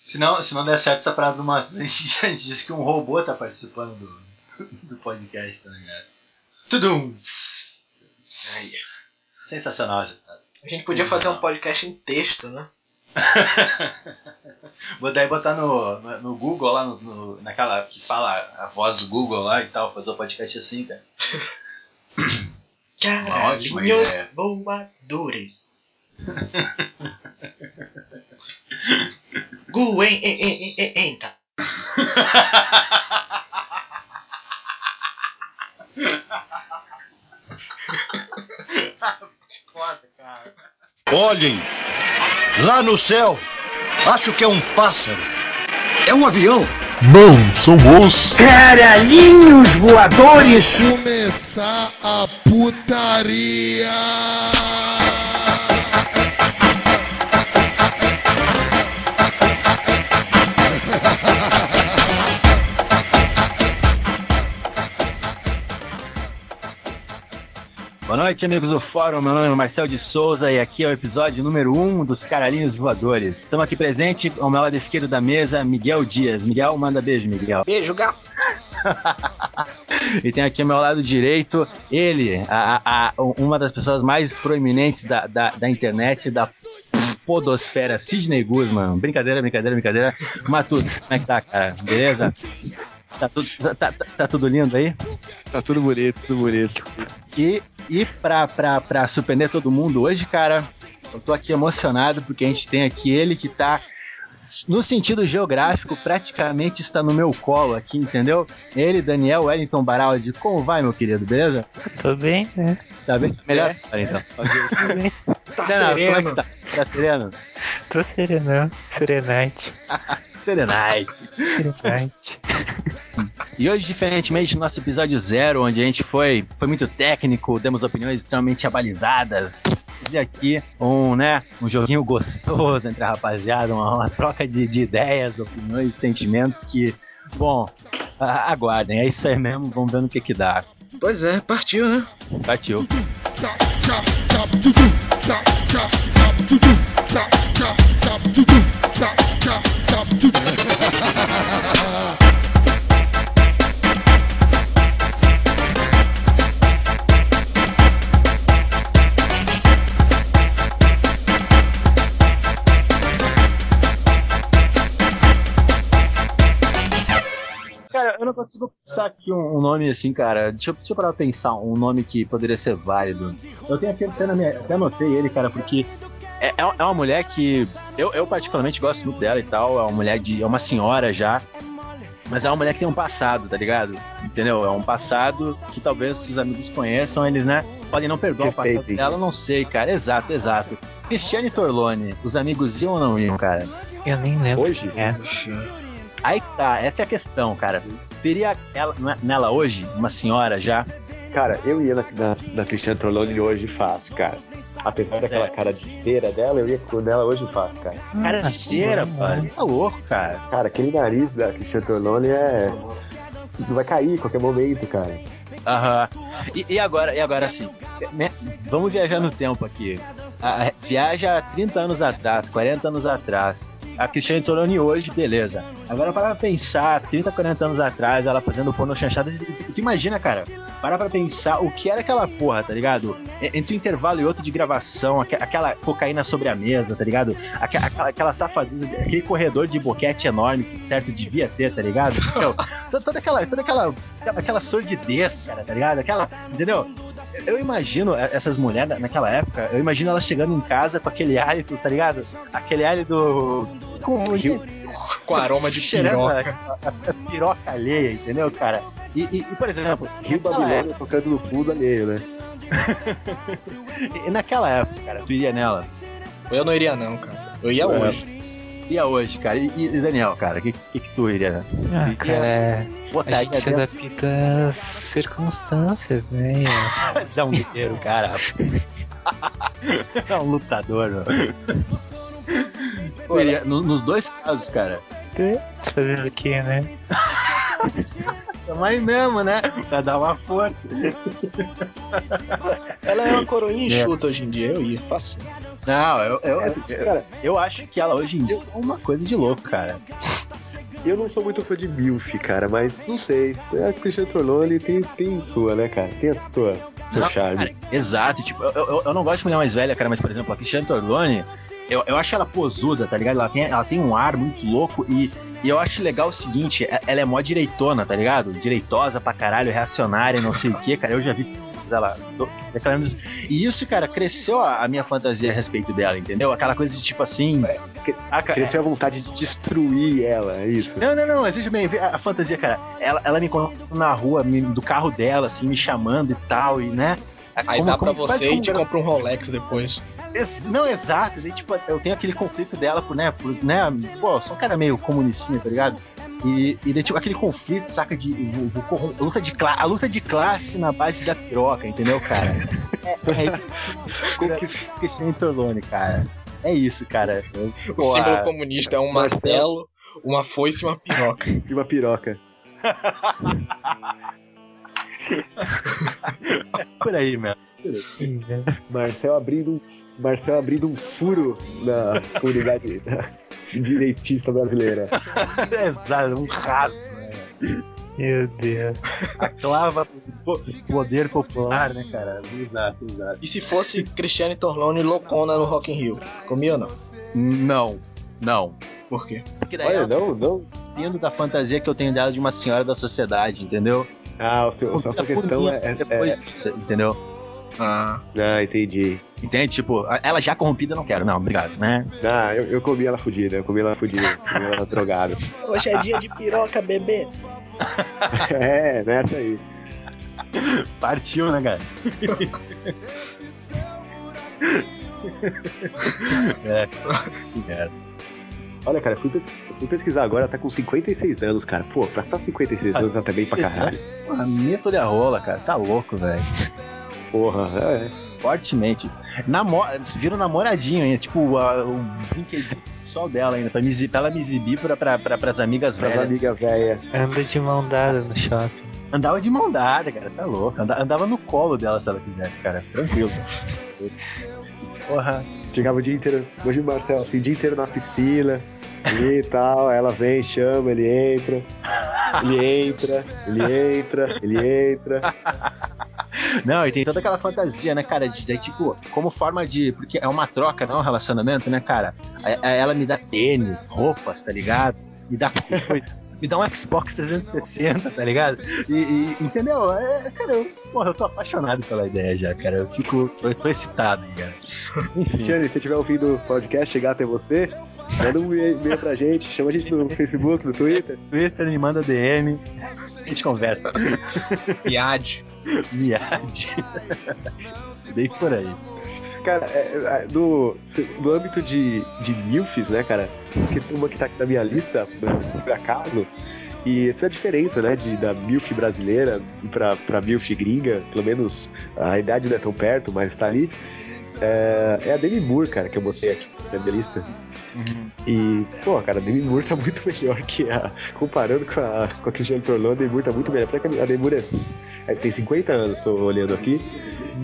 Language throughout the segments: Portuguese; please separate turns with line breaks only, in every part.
Se não, se não der certo essa parada do Matheus, a gente já disse que um robô tá participando do, do podcast, tá ligado? Tudum!
Aí.
Sensacional essa parada.
A gente podia fazer um podcast em texto, né?
Vou daí botar no, no, no Google lá, no, no- naquela que fala a voz do Google lá e tal, fazer o podcast assim, cara. ótima
Caralhinhos
ideia.
bombadores. Guen, en, en, en, en, enta.
Foda, cara.
Olhem! Lá no céu! Acho que é um pássaro! É um avião!
Não, são os.
Caralhinhos voadores!
Começar a putaria!
Boa noite, amigos do Fórum. Meu nome é Marcel de Souza e aqui é o episódio número 1 um dos Caralhinhos Voadores. Estamos aqui presente ao meu lado esquerdo da mesa, Miguel Dias. Miguel, manda beijo, Miguel.
Beijo, gato.
E tem aqui ao meu lado direito ele, a, a- a- uma das pessoas mais proeminentes da, da, da internet, da podosfera, Sidney Guzman. Brincadeira, brincadeira, brincadeira. Matuto, como é que tá, cara? Beleza? Tá tudo, tá, tá- tá tudo lindo aí?
Tá tudo bonito, tudo bonito.
E, e pra, pra, pra surpreender todo mundo hoje, cara, eu tô aqui emocionado porque a gente tem aqui ele que tá, no sentido geográfico, praticamente está no meu colo aqui, entendeu? Ele, Daniel Wellington Baraldi. Como vai, meu querido? Beleza?
Tô bem, né?
Tá bem? Melhor agora, então.
É. Tá
Não, não, como é
sereno.
que tá? Tá sereno?
Tô serenão, serenante,
Serenite.
serenante.
E hoje, diferentemente do nosso episódio zero, onde a gente foi, foi muito técnico, demos opiniões extremamente abalizadas. E aqui um, né, um joguinho gostoso entre a rapaziada, uma, uma troca de, de ideias, opiniões, sentimentos que, bom, a- aguardem, é isso aí mesmo, vamos ver no que que dá.
Pois é, partiu, né?
Partiu. Cara, eu não consigo pensar aqui um, um nome assim, cara. Deixa eu, deixa eu parar pra pensar um nome que poderia ser válido. Eu tenho aqui até na minha. Até anotei ele, cara, porque é, é é uma mulher que. Eu, eu particularmente gosto muito dela e tal. É uma mulher de. É uma senhora já. Mas é uma mulher que tem um passado, tá ligado? Entendeu? É um passado que talvez os amigos conheçam, eles, né? Podem não perdoar o passado
Respeitem.
dela, eu não sei, cara. Exato, exato. Cristiane Torlone, os amigos iam ou não iam, cara?
Eu nem lembro.
Hoje?
É.
Aí que tá, essa é a questão, cara. Teria ela, na- nela hoje, uma senhora já?
Cara, eu ia na, na, na Cristiane Trolloni hoje fácil, cara. Apesar daquela cara de cera dela, eu ia com ela hoje fácil, cara.
Hum,
Cara
Ah, tá
de cera,
não.
mano. Tá louco, cara.
Cara, aquele nariz da Cristiane Trolloni é. Vai cair a qualquer momento, cara.
Aham. E, e agora, e agora sim. né? Vamos viajar no tempo aqui. A- a- viaja há 30 anos atrás, 40 anos atrás. A Cristiane Toroni hoje, beleza. Agora para pra pensar, 30, 40 anos atrás, ela fazendo porno chanchada. Tu imagina, cara? Para pra pensar o que era aquela porra, tá ligado? E- Entre um intervalo e outro de gravação, aque- aquela cocaína sobre a mesa, tá ligado? Aque- Aquela, aquela safadeza, aquele corredor de boquete enorme, que, certo? Devia ter, tá ligado? Então, to- toda aquela, toda aquela, aquela, aquela sordidez, cara, tá ligado? Aquela, entendeu? Eu imagino eh, essas mulheres na- naquela época, eu imagino elas chegando em casa com aquele hálito, tá ligado? Aquele hálito com
Com aroma de
cheirando
piroca.
a, a- a piroca alheia, entendeu, cara? E, e- e, por exemplo,
Rio
naquela
Babilônia tocando no fundo alheio, né?
época- naquela época, cara, tu iria nela.
Eu não iria, não, cara. Eu ia
É.
hoje.
E a hoje, cara? E, e Daniel, cara, o que, que, que tu iria, né?
Ah, cara, a
Botaria
gente se
dentro
adapta às circunstâncias, né? E-
da um guerreiro, cara. é um lutador, mano. Tu iria- no- nos dois casos, cara.
Fazer o quê, né?
Tamo aí mesmo, né? Pra dar uma força.
Ela é uma coroinha
É. né?
enxuta hoje em dia. Eu ia, faço.
Não, eu, eu,
Assim,
eu,
cara,
eu acho que ela hoje em dia é uma coisa de louco, cara.
eu não sou muito fã de MILF, cara, mas não sei. É, A Cristiano Trololi tem, tem sua, né, cara? Tem a sua, seu
Não,
charme.
cara, exato, tipo, eu, eu, eu não gosto de mulher mais velha, cara, mas por exemplo, a Cristiane Torlone, eu, eu acho ela posuda, tá ligado? Ela tem, ela tem um ar muito louco e, e eu acho legal o seguinte, e- ela é mó direitona, tá ligado? Direitosa pra caralho, reacionária, não sei o que, cara, eu já vi ela do- declarando isso. E isso, cara, cresceu a, a minha fantasia a respeito dela, entendeu? Aquela coisa de tipo assim. ah, cara,
Cresceu a vontade de destruir ela, é isso.
não, não, não, mas veja bem, a a fantasia, cara, ela, ela me encontra na rua, me- do carro dela, assim, me chamando e tal, e né?
Aí
Como-
dá pra
como- quase
você e
como
te
gra-
compra um Rolex depois.
Ex- Não, exato. Daí, tipo, eu tenho aquele conflito dela, por, né? Por, né pô, eu sou um cara meio comunistinha, tá ligado? E, e daí, tipo, aquele conflito, saca, de vou- vou corrom- luta de cla- a luta de classe na base da piroca, entendeu, cara? É, é isso.
Conquist-
Cristiano Torlone, cara. É isso, cara. Eu-
O
pô, ah,
símbolo
a-
comunista é um
Marcelo.
martelo, uma foice e uma piroca.
E uma piroca.
Por aí, meu.
Marcel abrindo um, Marcel abrindo um furo na comunidade direitista brasileira.
exato, um raso. né?
Meu Deus.
Clava o poder popular, né, cara? Exato, exato.
E se fosse Cristiane Torlone loucona no Rock in Rio? Comia ou não?
Não, não.
Por quê?
Porque daí
Olha,
ela
não, não.
dependo da fantasia que eu tenho dela de uma senhora da sociedade, entendeu?
Ah, o seu, a sua questão é, é- é-
Depois, entendeu?
Ah,
Ah, entendi.
Entende? Tipo, ela já corrompida, não quero, não, obrigado, né?
Ah, eu, eu comi ela fudida, eu comi ela fudida, comi ela drogada.
hoje é dia de piroca, bebê.
É, nessa aí.
Partiu, né, cara? é, que merda.
Olha, cara, eu fui, pes- eu fui pesquisar agora, ela tá com 56 anos, cara. Pô, pra tá 56 anos, ela tá bem pra caralho.
Porra, meto-lhe a rola, cara. Tá louco, velho.
Porra, é.
Fortemente. Namo... Vira um namoradinho ainda. Tipo, a- o brinquedinho sexual dela ainda. Pra, me exi- pra ela me exibir pra, pra, pra, pras amigas
Pras
velhas.
amigas velhas.
Anda de mão dada no shopping.
Andava de mão dada, cara, tá louco. Anda- andava no colo dela se ela quisesse, cara. Tranquilo. Porra.
Chegava o dia inteiro, hoje o Marcel, assim, o dia inteiro na piscina ali e tal. aí Ela vem, chama, ele entra, ele entra, ele entra, ele entra.
Não, e tem toda aquela fantasia, né, cara? De, de, tipo, como forma de. Porque é uma troca, não é um relacionamento, né, cara? A- a- Ela me dá tênis, roupas, tá ligado? Me dá coisa. Me dá um Xbox 360, tá ligado? E, e- entendeu? É, cara, eu, porra, eu tô apaixonado pela ideia já, cara. Eu fico. Eu tô excitado, cara. Enfim.
Cristiane, se tiver ouvindo o podcast chegar até você, manda um e- e-mail pra gente, chama a gente no Facebook, no Twitter.
Twitter me manda DM. A gente conversa.
Iade.
Miade. Bem por aí.
Cara, é, é, no, se- no âmbito de, de MILFs, né, cara? Que uma que tá aqui na minha lista, né, por acaso. E essa é a diferença, né, de, da MILF brasileira pra, pra MILF gringa. Pelo menos a idade não é tão perto, mas tá ali. É, é a Demi Moore, cara, que eu botei aqui na minha lista.
Uhum.
E, pô, cara, a Demi Moore tá muito melhor que a. Comparando com a, com a Cristiane Torlone, a Demi Moore tá muito melhor. Apesar que a Demi Moore é s- é, tem 50 anos, tô olhando aqui.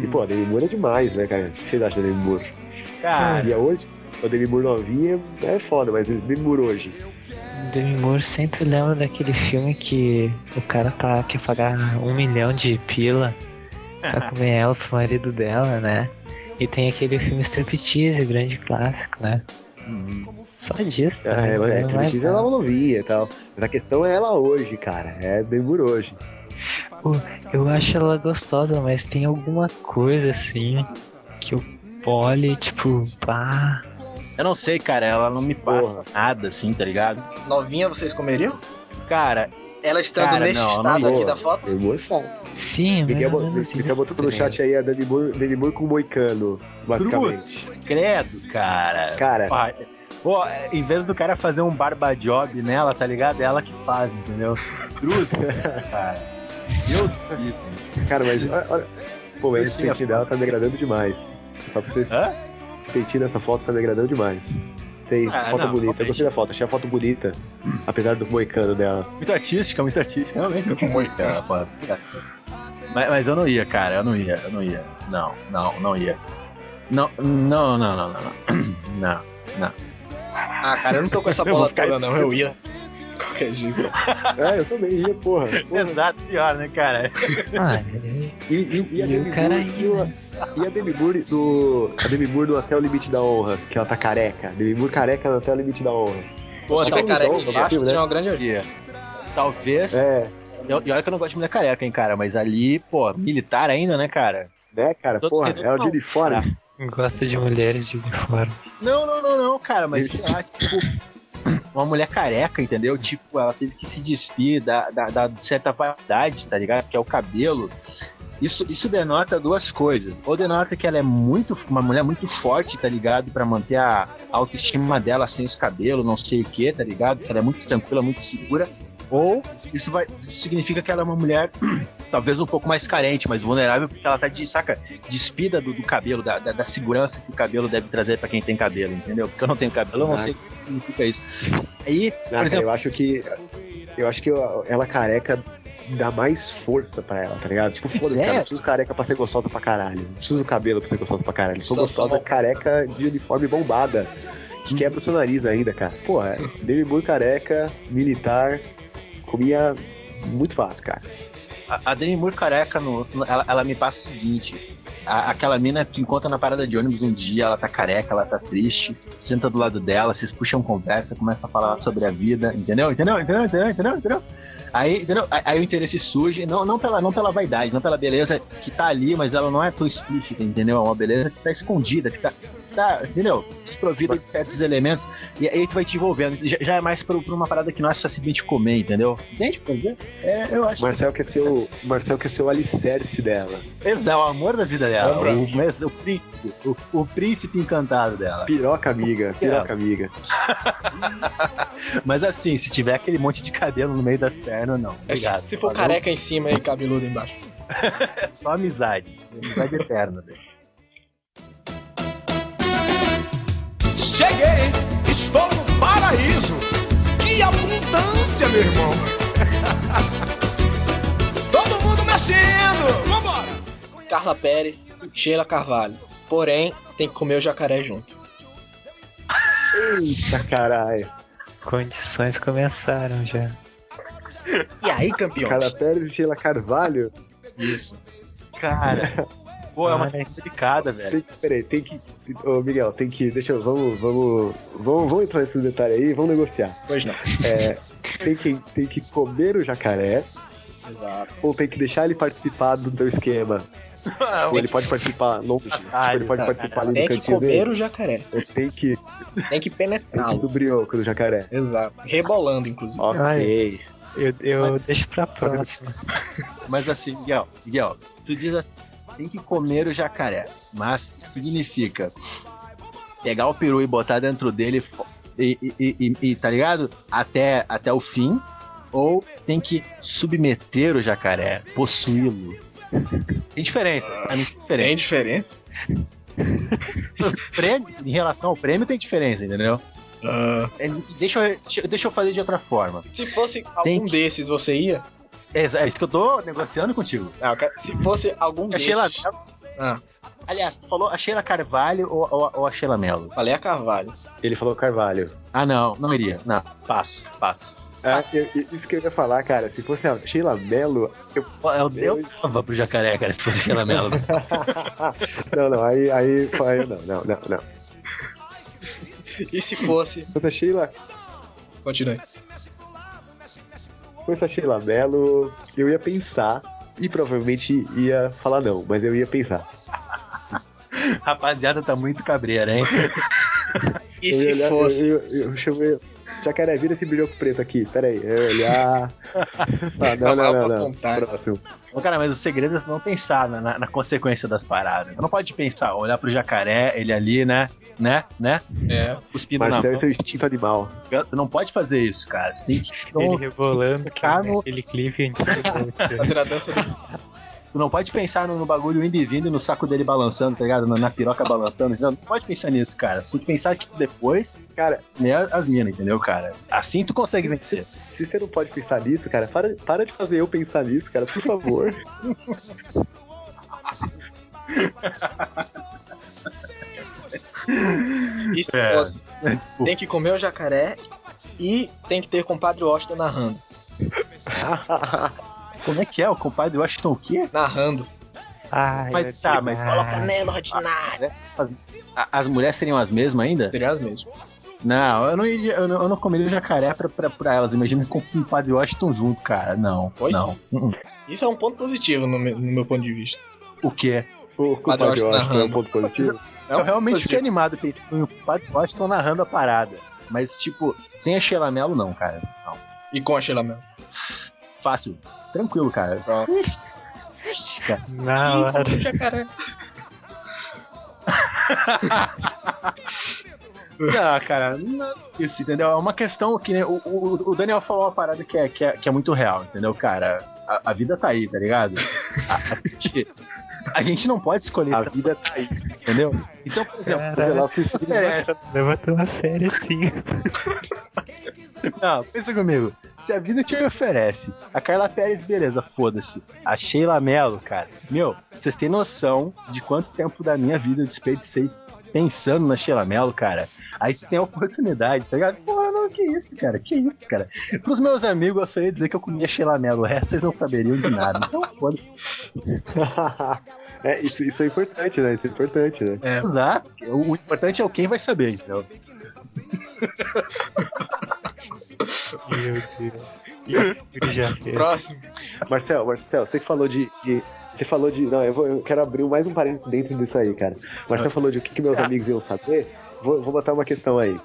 E, pô, a Demi Moore é demais, né, cara? O que vocês acham da Demi Moore?
Cara,
E hoje, a Demi Moore novinha é foda, mas Demi Moore hoje.
Demi Moore sempre lembra daquele filme que o cara tá, quer pagar um milhão de pila pra comer ela pro marido dela, né? E tem aquele filme Striptease, grande clássico, né? Só disso,
Ah,
né?
é, é,
Vai
Trinitis
falar.
ela é uma novinha e tal. Mas a questão é ela hoje, cara. É Demi Moore hoje.
Pô, eu acho ela gostosa, mas tem alguma coisa assim que o Polly, tipo, pá.
eu não sei, cara, ela não me passa
Porra.
nada assim, tá ligado?
Novinha, vocês comeriam?
Cara,
Ela estando
Cara,
neste
não, não
estado
ia.
aqui
Boa.
da foto?
Demi Moore é foda.
Sim, mas.
Miguel, bo- Miguel botou no chat aí a Demi Moore, Demi Moore com moicano, basicamente.
cruz, credo, cara.
Cara,
É, Pá, Pô, em vez do cara fazer um barba job nela, tá ligado? É ela que faz, entendeu? Cruz, cara. Meu Deus.
cara, mas olha, olha- Pô, mas esse
Sim, é
peitinho dela tá me agradando demais. Só pra vocês.
Hã?
Esse peitinho dessa foto tá me agradando demais. Sei,
Ah, não,
foto bonita. Eu
realmente.
gostei da foto, achei a foto bonita. Apesar do moicano dela.
Muito artística, muito artística. Realmente muito
Muito,
música,
cara.
rapaz. Mas, mas eu não ia, cara. Eu não ia, eu não ia. Não, não, não ia. Não, não, não, não, não. Não, não. não.
Ah, cara, eu não tô com essa bola toda, não. Eu ia. Qualquer jeito.
É, eu também ia, porra. porra.
Exato, pior, né, cara?
Ah, é-
E, e- e a
E o cara é
Demigur
aí,
e o- e a Demigur do. A Demigur do Até o Limite da Honra, que ela tá careca. Demigur careca no Até o Limite da Honra.
Pô,
Se tiver
um
tá careca
dom,
embaixo,
né?
seria uma grande orgia.
Talvez. Talvez.
É,
Eu- E olha que eu não gosto de mulher careca, hein, cara. Mas ali, pô, militar ainda, né, cara?
né, cara?
Todo
Porra,
mundo
ela de
não.
uniforme.
Gosta de mulheres de uniforme.
Não, não, não, não, cara. Mas sei lá, tipo. Uma mulher careca, entendeu? Tipo, ela teve que se despir da, da, da certa vaidade, tá ligado? Que é o cabelo. Isso, isso denota duas coisas. Ou denota que ela é muito. Uma mulher muito forte, tá ligado? Pra manter a autoestima dela sem os cabelos, não sei o que, tá ligado? Que ela é muito tranquila, muito segura. Ou isso, vai, isso significa que ela é uma mulher talvez um pouco mais carente, mas vulnerável, porque ela tá de, saca, despida do, do cabelo, da, da, da segurança que o cabelo deve trazer pra quem tem cabelo, entendeu? Porque eu não tenho cabelo, eu não
Ah.
sei o que significa isso. Aí,
Ah,
por
cara,
exemplo,
eu acho que. Eu acho que ela careca dá mais força pra ela, tá ligado? Tipo,
Pois
foda-se,
é.
cara, não preciso careca pra ser gostosa pra caralho. Não preciso do cabelo pra ser gostosa pra caralho. Sou
Só
gostosa
sou-
careca de uniforme bombada.
Hum.
Que quebra o seu nariz ainda, cara. Porra, Demigur careca, militar, comia muito fácil, cara.
a, a Demi Moore careca, no, no- ela, ela me passa o seguinte. a- aquela mina que encontra na parada de ônibus um dia, ela tá careca, ela tá triste, senta do lado dela, vocês puxam conversa, começa a falar sobre a vida, entendeu? Entendeu? Entendeu? Entendeu? Entendeu? entendeu? Aí, entendeu? Aí- aí o interesse surge, não, não, pela, não pela vaidade, não pela beleza que tá ali, mas ela não é tão explícita, entendeu? É uma beleza que tá escondida, que tá, tá entendeu? Desprovida de certos elementos, e aí tu vai te envolvendo. Já, já é mais pra, pra uma parada que não é só simplesmente comer, entendeu? Entende? o que eu quero dizer? É, eu acho
Marcel quer ser o, Marcel quer ser o alicerce dela.
Exato, é o amor da vida dela.
Abra.
O, mas o príncipe. O, o príncipe encantado dela.
Piroca amiga, piroca amiga.
Mas assim, se tiver aquele monte de cabelo no meio das pernas, não.
É, se-
Obrigado. tá
Se for
Valeu,
careca em cima e cabeludo embaixo.
É só amizade. Amizade eterna. velho.
Cheguei, estou no paraíso. Que abundância, meu irmão. Todo mundo mexendo. Vambora.
Carla Pérez e Sheila Carvalho. Porém, tem que comer o jacaré junto.
Eita caralho.
Condições começaram já.
E aí, campeão?
Cara Pérez e Sheila Carvalho.
Isso.
Cara. Pô, é uma coisa delicada, velho.
Tem que, peraí, tem que. Ô Miguel, tem que. Deixa eu. Vamos. Vamos. Vamos, vamos entrar nesses detalhes aí, vamos negociar.
Pois não.
É, tem, que, tem que comer o jacaré
Exato.
ou tem que deixar ele participar do teu esquema? Ou ele pode participar longe. Tipo, ele pode participar ali
Tem
no
que
cantinho
comer
dele.
o jacaré.
Ou tem
Tem
que.
que
Tem que ir
penetrá-lo.
do brioco do jacaré.
Exato. Rebolando, inclusive.
Ok.
Ai. Eu, eu deixo pra próxima.
É. Mas assim, Miguel, Miguel, tu diz assim, tem que comer o jacaré, mas significa pegar o peru e botar dentro dele fo- e, e- e- e- e, tá ligado? Até, até o fim, ou tem que submeter o jacaré, possuí-lo. Tem diferença, pra mim tem
Tem
diferença.
diferença?
Prêmio, em relação ao prêmio tem diferença, entendeu?
Ah,
É, Deixa eu, deixa eu- deixa eu fazer de outra forma.
se fosse algum
que-
desses, você ia?
É, é isso que eu tô negociando contigo.
Ah, cara, se fosse algum
A
desses.
Sheila,
Ah,
aliás, tu falou a Sheila Carvalho ou, ou, ou a Sheila Mello?
falei a Carvalho.
Ele falou Carvalho.
Ah, não, não iria. Não, passo, passo.
Ah, eu- eu- isso que eu ia falar, cara. Se fosse a Sheila Mello. Eu...
Eu, eu dava pro jacaré, cara, se fosse Sheila Mello.
não, não, aí. aí, aí não, não, não, não.
E se fosse.
Se fosse a Sheila,
Continue.
se fosse a Sheila Mello, eu ia pensar. E provavelmente ia falar não, mas eu ia pensar.
Rapaziada, tá muito cabreira, hein?
E
eu ia
se
olhar,
fosse.
Eu, eu, eu chamei. Jacaré, vira esse brilhoco preto aqui, peraí. Eu ia olhar. Ah, não, não, não, não.
Apontar.
Próximo.
Ô, cara, mas o segredo é não pensar na, na- na consequência das paradas. Não pode pensar, olhar pro jacaré, ele ali, né? Né? Né?
É.
Cuspindo
Marcel e
na
seu instinto animal.
boca. Tu não pode fazer isso, cara. Tem que- tu
Ele
não-
rebolando, que
Tá
é
no-
aquele clipe antigo.
Fazer a dança do.
tu não pode pensar no, no bagulho indo e vindo, no saco dele balançando, tá ligado? Na, na piroca balançando. Não, não pode pensar nisso, cara. Tu tem que pensar que depois,
Cara,
né, as minas, entendeu, cara? Assim tu consegue vencer.
se você não pode pensar nisso, cara, para, para de fazer eu pensar nisso, cara, por favor.
E se
É.
fosse, tem que comer o jacaré e tem que ter compadre Washington narrando.
Como é que é? O compadre Washington o quê?
Narrando.
Ai, ah,
Mas
meu
tá,
Deus.
mas-
Coloca Nelo ordinário.
A- As mulheres seriam as mesmas ainda?
Seria as mesmas.
Não, eu não, iria- eu não, eu não comeria jacaré pra, pra, pra elas. Imagina com o padre Washington junto, cara. Não.
Pois
não.
isso. Isso é um ponto positivo no meu, no meu ponto de vista. É
O quê?
O
Padre
compadre
Washington
Washington é um
narrando.
ponto positivo?
um
eu realmente fiquei animado pensando no padre Washington narrando a parada. Mas, tipo, sem a Sheila Mello, não, cara. Não.
E com a Sheila Mello.
Fácil. Tranquilo, cara.
Pronto.
Ixi, cara.
Na
Ih,
hora.
comeu o jacaré.
Não, cara, não, isso, entendeu? É uma questão que né, o, o, o Daniel falou uma parada que é, que é, que é muito real, entendeu, cara? A, a vida tá aí, tá ligado? A, a gente, a gente não pode escolher,
A vida tá aí.
entendeu? Então, por exemplo,
Mas
Caralho,
ela precisa.
É.
interessa.
levantou uma série assim.
Não, pensa comigo. Se a vida te oferece, a Carla Pérez, beleza, foda-se. A Sheila Mello, cara. Meu, vocês têm noção de quanto tempo da minha vida eu desperdicei pensando na Sheila Mello, cara? Aí tu tem a oportunidade, tá ligado? Porra, não, que isso, cara? Que isso, cara? Pros meus amigos, eu só ia dizer que eu comia Sheila Mello. O resto eles não saberiam de nada. Então, foda-se.
é, isso, isso é importante, né? Isso é importante, né?
Exato. O o importante é o quem vai saber, entendeu?
Meu Deus. E o já fez.
Próximo.
Marcel, Marcel, você que falou de. de- você falou de. Não, eu, vou- eu quero abrir mais um parênteses dentro disso aí, cara. Marcel falou de o que, que meus amigos iam saber. Vou, vou botar uma questão aí.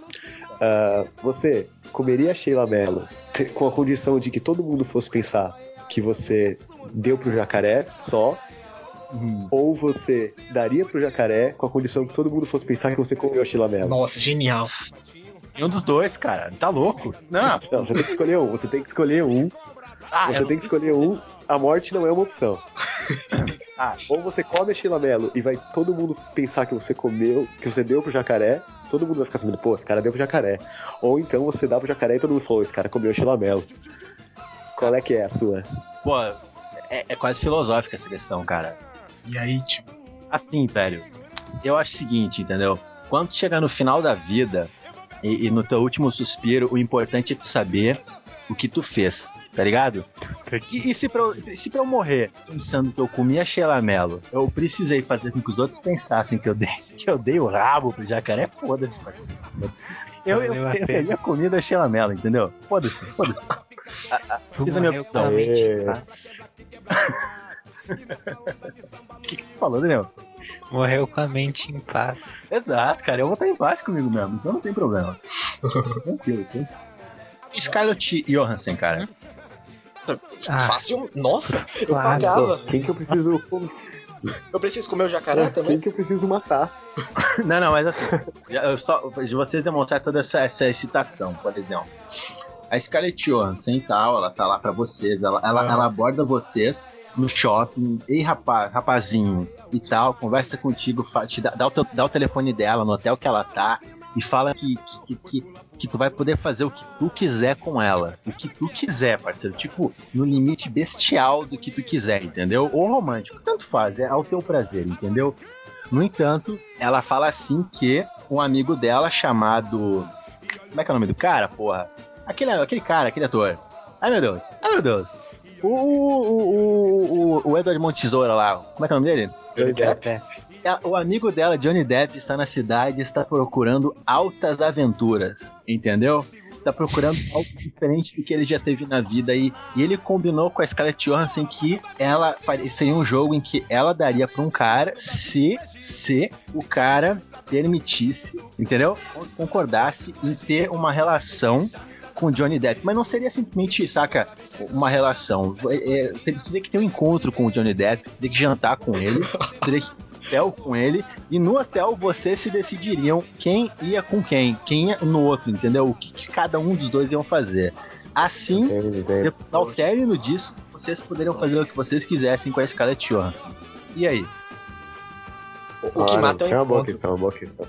Ah, você comeria a Sheila Mello te- com a condição de que todo mundo fosse pensar que você deu pro jacaré só,
Hum.
ou você daria pro jacaré com a condição que todo mundo fosse pensar que você comeu a Sheila Mello?
Nossa, genial.
Nenhum um dos dois, cara. Tá louco? Não.
Não, você tem que escolher um, você tem que escolher um,
Ah, eu
você
não-
tem que escolher um. A morte não é uma opção.
Ah,
Ou você come a Sheila Mello e vai todo mundo pensar que você comeu, que você deu pro jacaré, todo mundo vai ficar sabendo, pô, esse cara deu pro jacaré. Ou então você dá pro jacaré e todo mundo falou, esse cara comeu a Sheila Mello. Qual é que é a sua?
Pô, é, é quase filosófica essa questão, cara.
E aí, tipo,
Assim, velho, eu acho o seguinte, entendeu? Quando chegar no final da vida e, e no teu último suspiro, o importante é tu saber o que tu fez, tá ligado? E, e se, pra eu, se pra eu morrer pensando que eu comi a Sheila Mello, eu precisei fazer com que os outros pensassem que eu dei, que eu dei o rabo pro jacaré, foda-se, mano. Eu, eu,
Valeu a
eu
pena.
teria comido a Sheila Mello, entendeu? Foda-se, foda-se.
Tu
Fiz a minha
morreu
opção.
com a mente
É.
em paz.
O que que tu falou, Daniel?
Morreu com a mente em paz.
Exato, cara. Eu vou estar em paz comigo mesmo, então não tem problema. tranquilo, tranquilo. Scarlett Johansson, cara.
Ah.
fácil. Nossa, eu
Claro.
pagava.
Quem que eu preciso.
Eu preciso comer o jacaré
Quem
também.
que eu preciso matar?
Não, não, mas assim, eu só, de vocês demonstrar toda essa, essa excitação, por exemplo. A Scarlett Johansson e tal, ela tá lá pra vocês, ela, ela, ela aborda vocês no shopping, ei rapaz, rapazinho e tal, conversa contigo, fa- te dá, dá o teu- dá o telefone dela no hotel que ela tá e fala que, que, que, que- que tu vai poder fazer o que tu quiser com ela. O que tu quiser, parceiro. Tipo, no limite bestial do que tu quiser, entendeu? Ou romântico, tanto faz, é ao teu prazer, entendeu? No entanto, ela fala assim que um amigo dela chamado. Como é que é o nome do cara, porra? Aquele, aquele cara, aquele ator. Ai meu Deus, ai meu Deus. O, o, o, o, o Edward Montesoura lá, como é que é o nome dele?
Johnny Depp?
Ela- É, O amigo dela, Johnny Depp, está na cidade e está procurando altas aventuras, entendeu? Está procurando algo diferente do que ele já teve na vida e, e ele combinou com a Scarlett Johansson que ela faria- seria um jogo em que ela daria para um cara se se o cara permitisse, entendeu? Concordasse em ter uma relação com Johnny Depp, mas não seria simplesmente, saca, uma relação. É, é, teria que ter um encontro com o Johnny Depp, teria que jantar com ele, teria que hotel com ele e no hotel vocês se decidiriam quem ia com quem, quem ia no outro, entendeu? O que, que cada um dos dois iam fazer. Assim, depois, ao término disso, vocês poderiam fazer o que vocês quisessem com a Scarlett Johansson. E aí?
O que mata é
É
o
uma boa
encontro.
questão, é uma boa questão.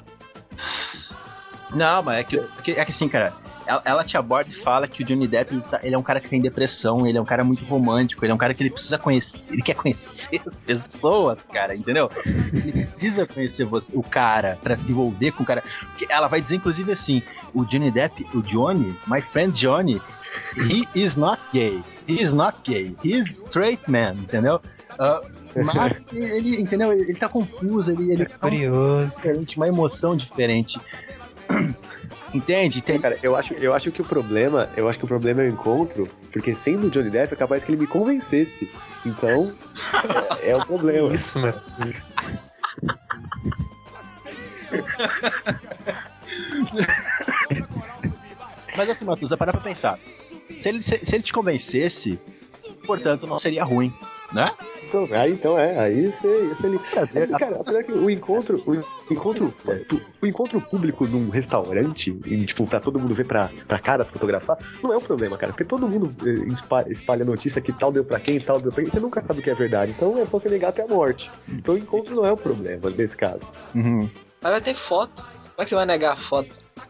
Não, mas é que, é que, é que assim, cara, ela, ela te aborda e fala que o Johnny Depp ele, tá- ele é um cara que tem depressão, ele é um cara muito romântico, ele é um cara que ele precisa conhecer, ele quer conhecer as pessoas, cara, entendeu? Ele precisa conhecer você, o cara pra se envolver com o cara. Porque ela vai dizer inclusive assim, o Johnny Depp, o Johnny, my friend Johnny, he is not gay, he is not gay, he is straight man, entendeu? Ah, mas ele, entendeu? Ele ele tá confuso, ele,
É
ele tá um
Curioso.
diferente, uma emoção diferente. Entende? Tem,
Cara, eu acho, eu acho que o problema, eu acho que o problema é o encontro, porque sendo o Johnny Depp é capaz que ele me convencesse. Então, é, é o problema.
Isso, meu.
Mas assim, Matusa, para pra pensar. Se ele, se, se ele te convencesse, portanto, não seria ruim, né?
Então, aí então é, aí você você li-
tá?
Mas, cara, apesar que o encontro, o encontro, o encontro público num restaurante, e, tipo, pra todo mundo ver pra, pra caras fotografar, não é um problema, cara, porque todo mundo eh, espa- espalha notícia que tal deu pra quem, tal deu pra quem, você nunca sabe o que é verdade, então é só você negar até a morte. Então o encontro não é o problema nesse caso.
Mas vai ter foto. Como é que você vai negar a foto?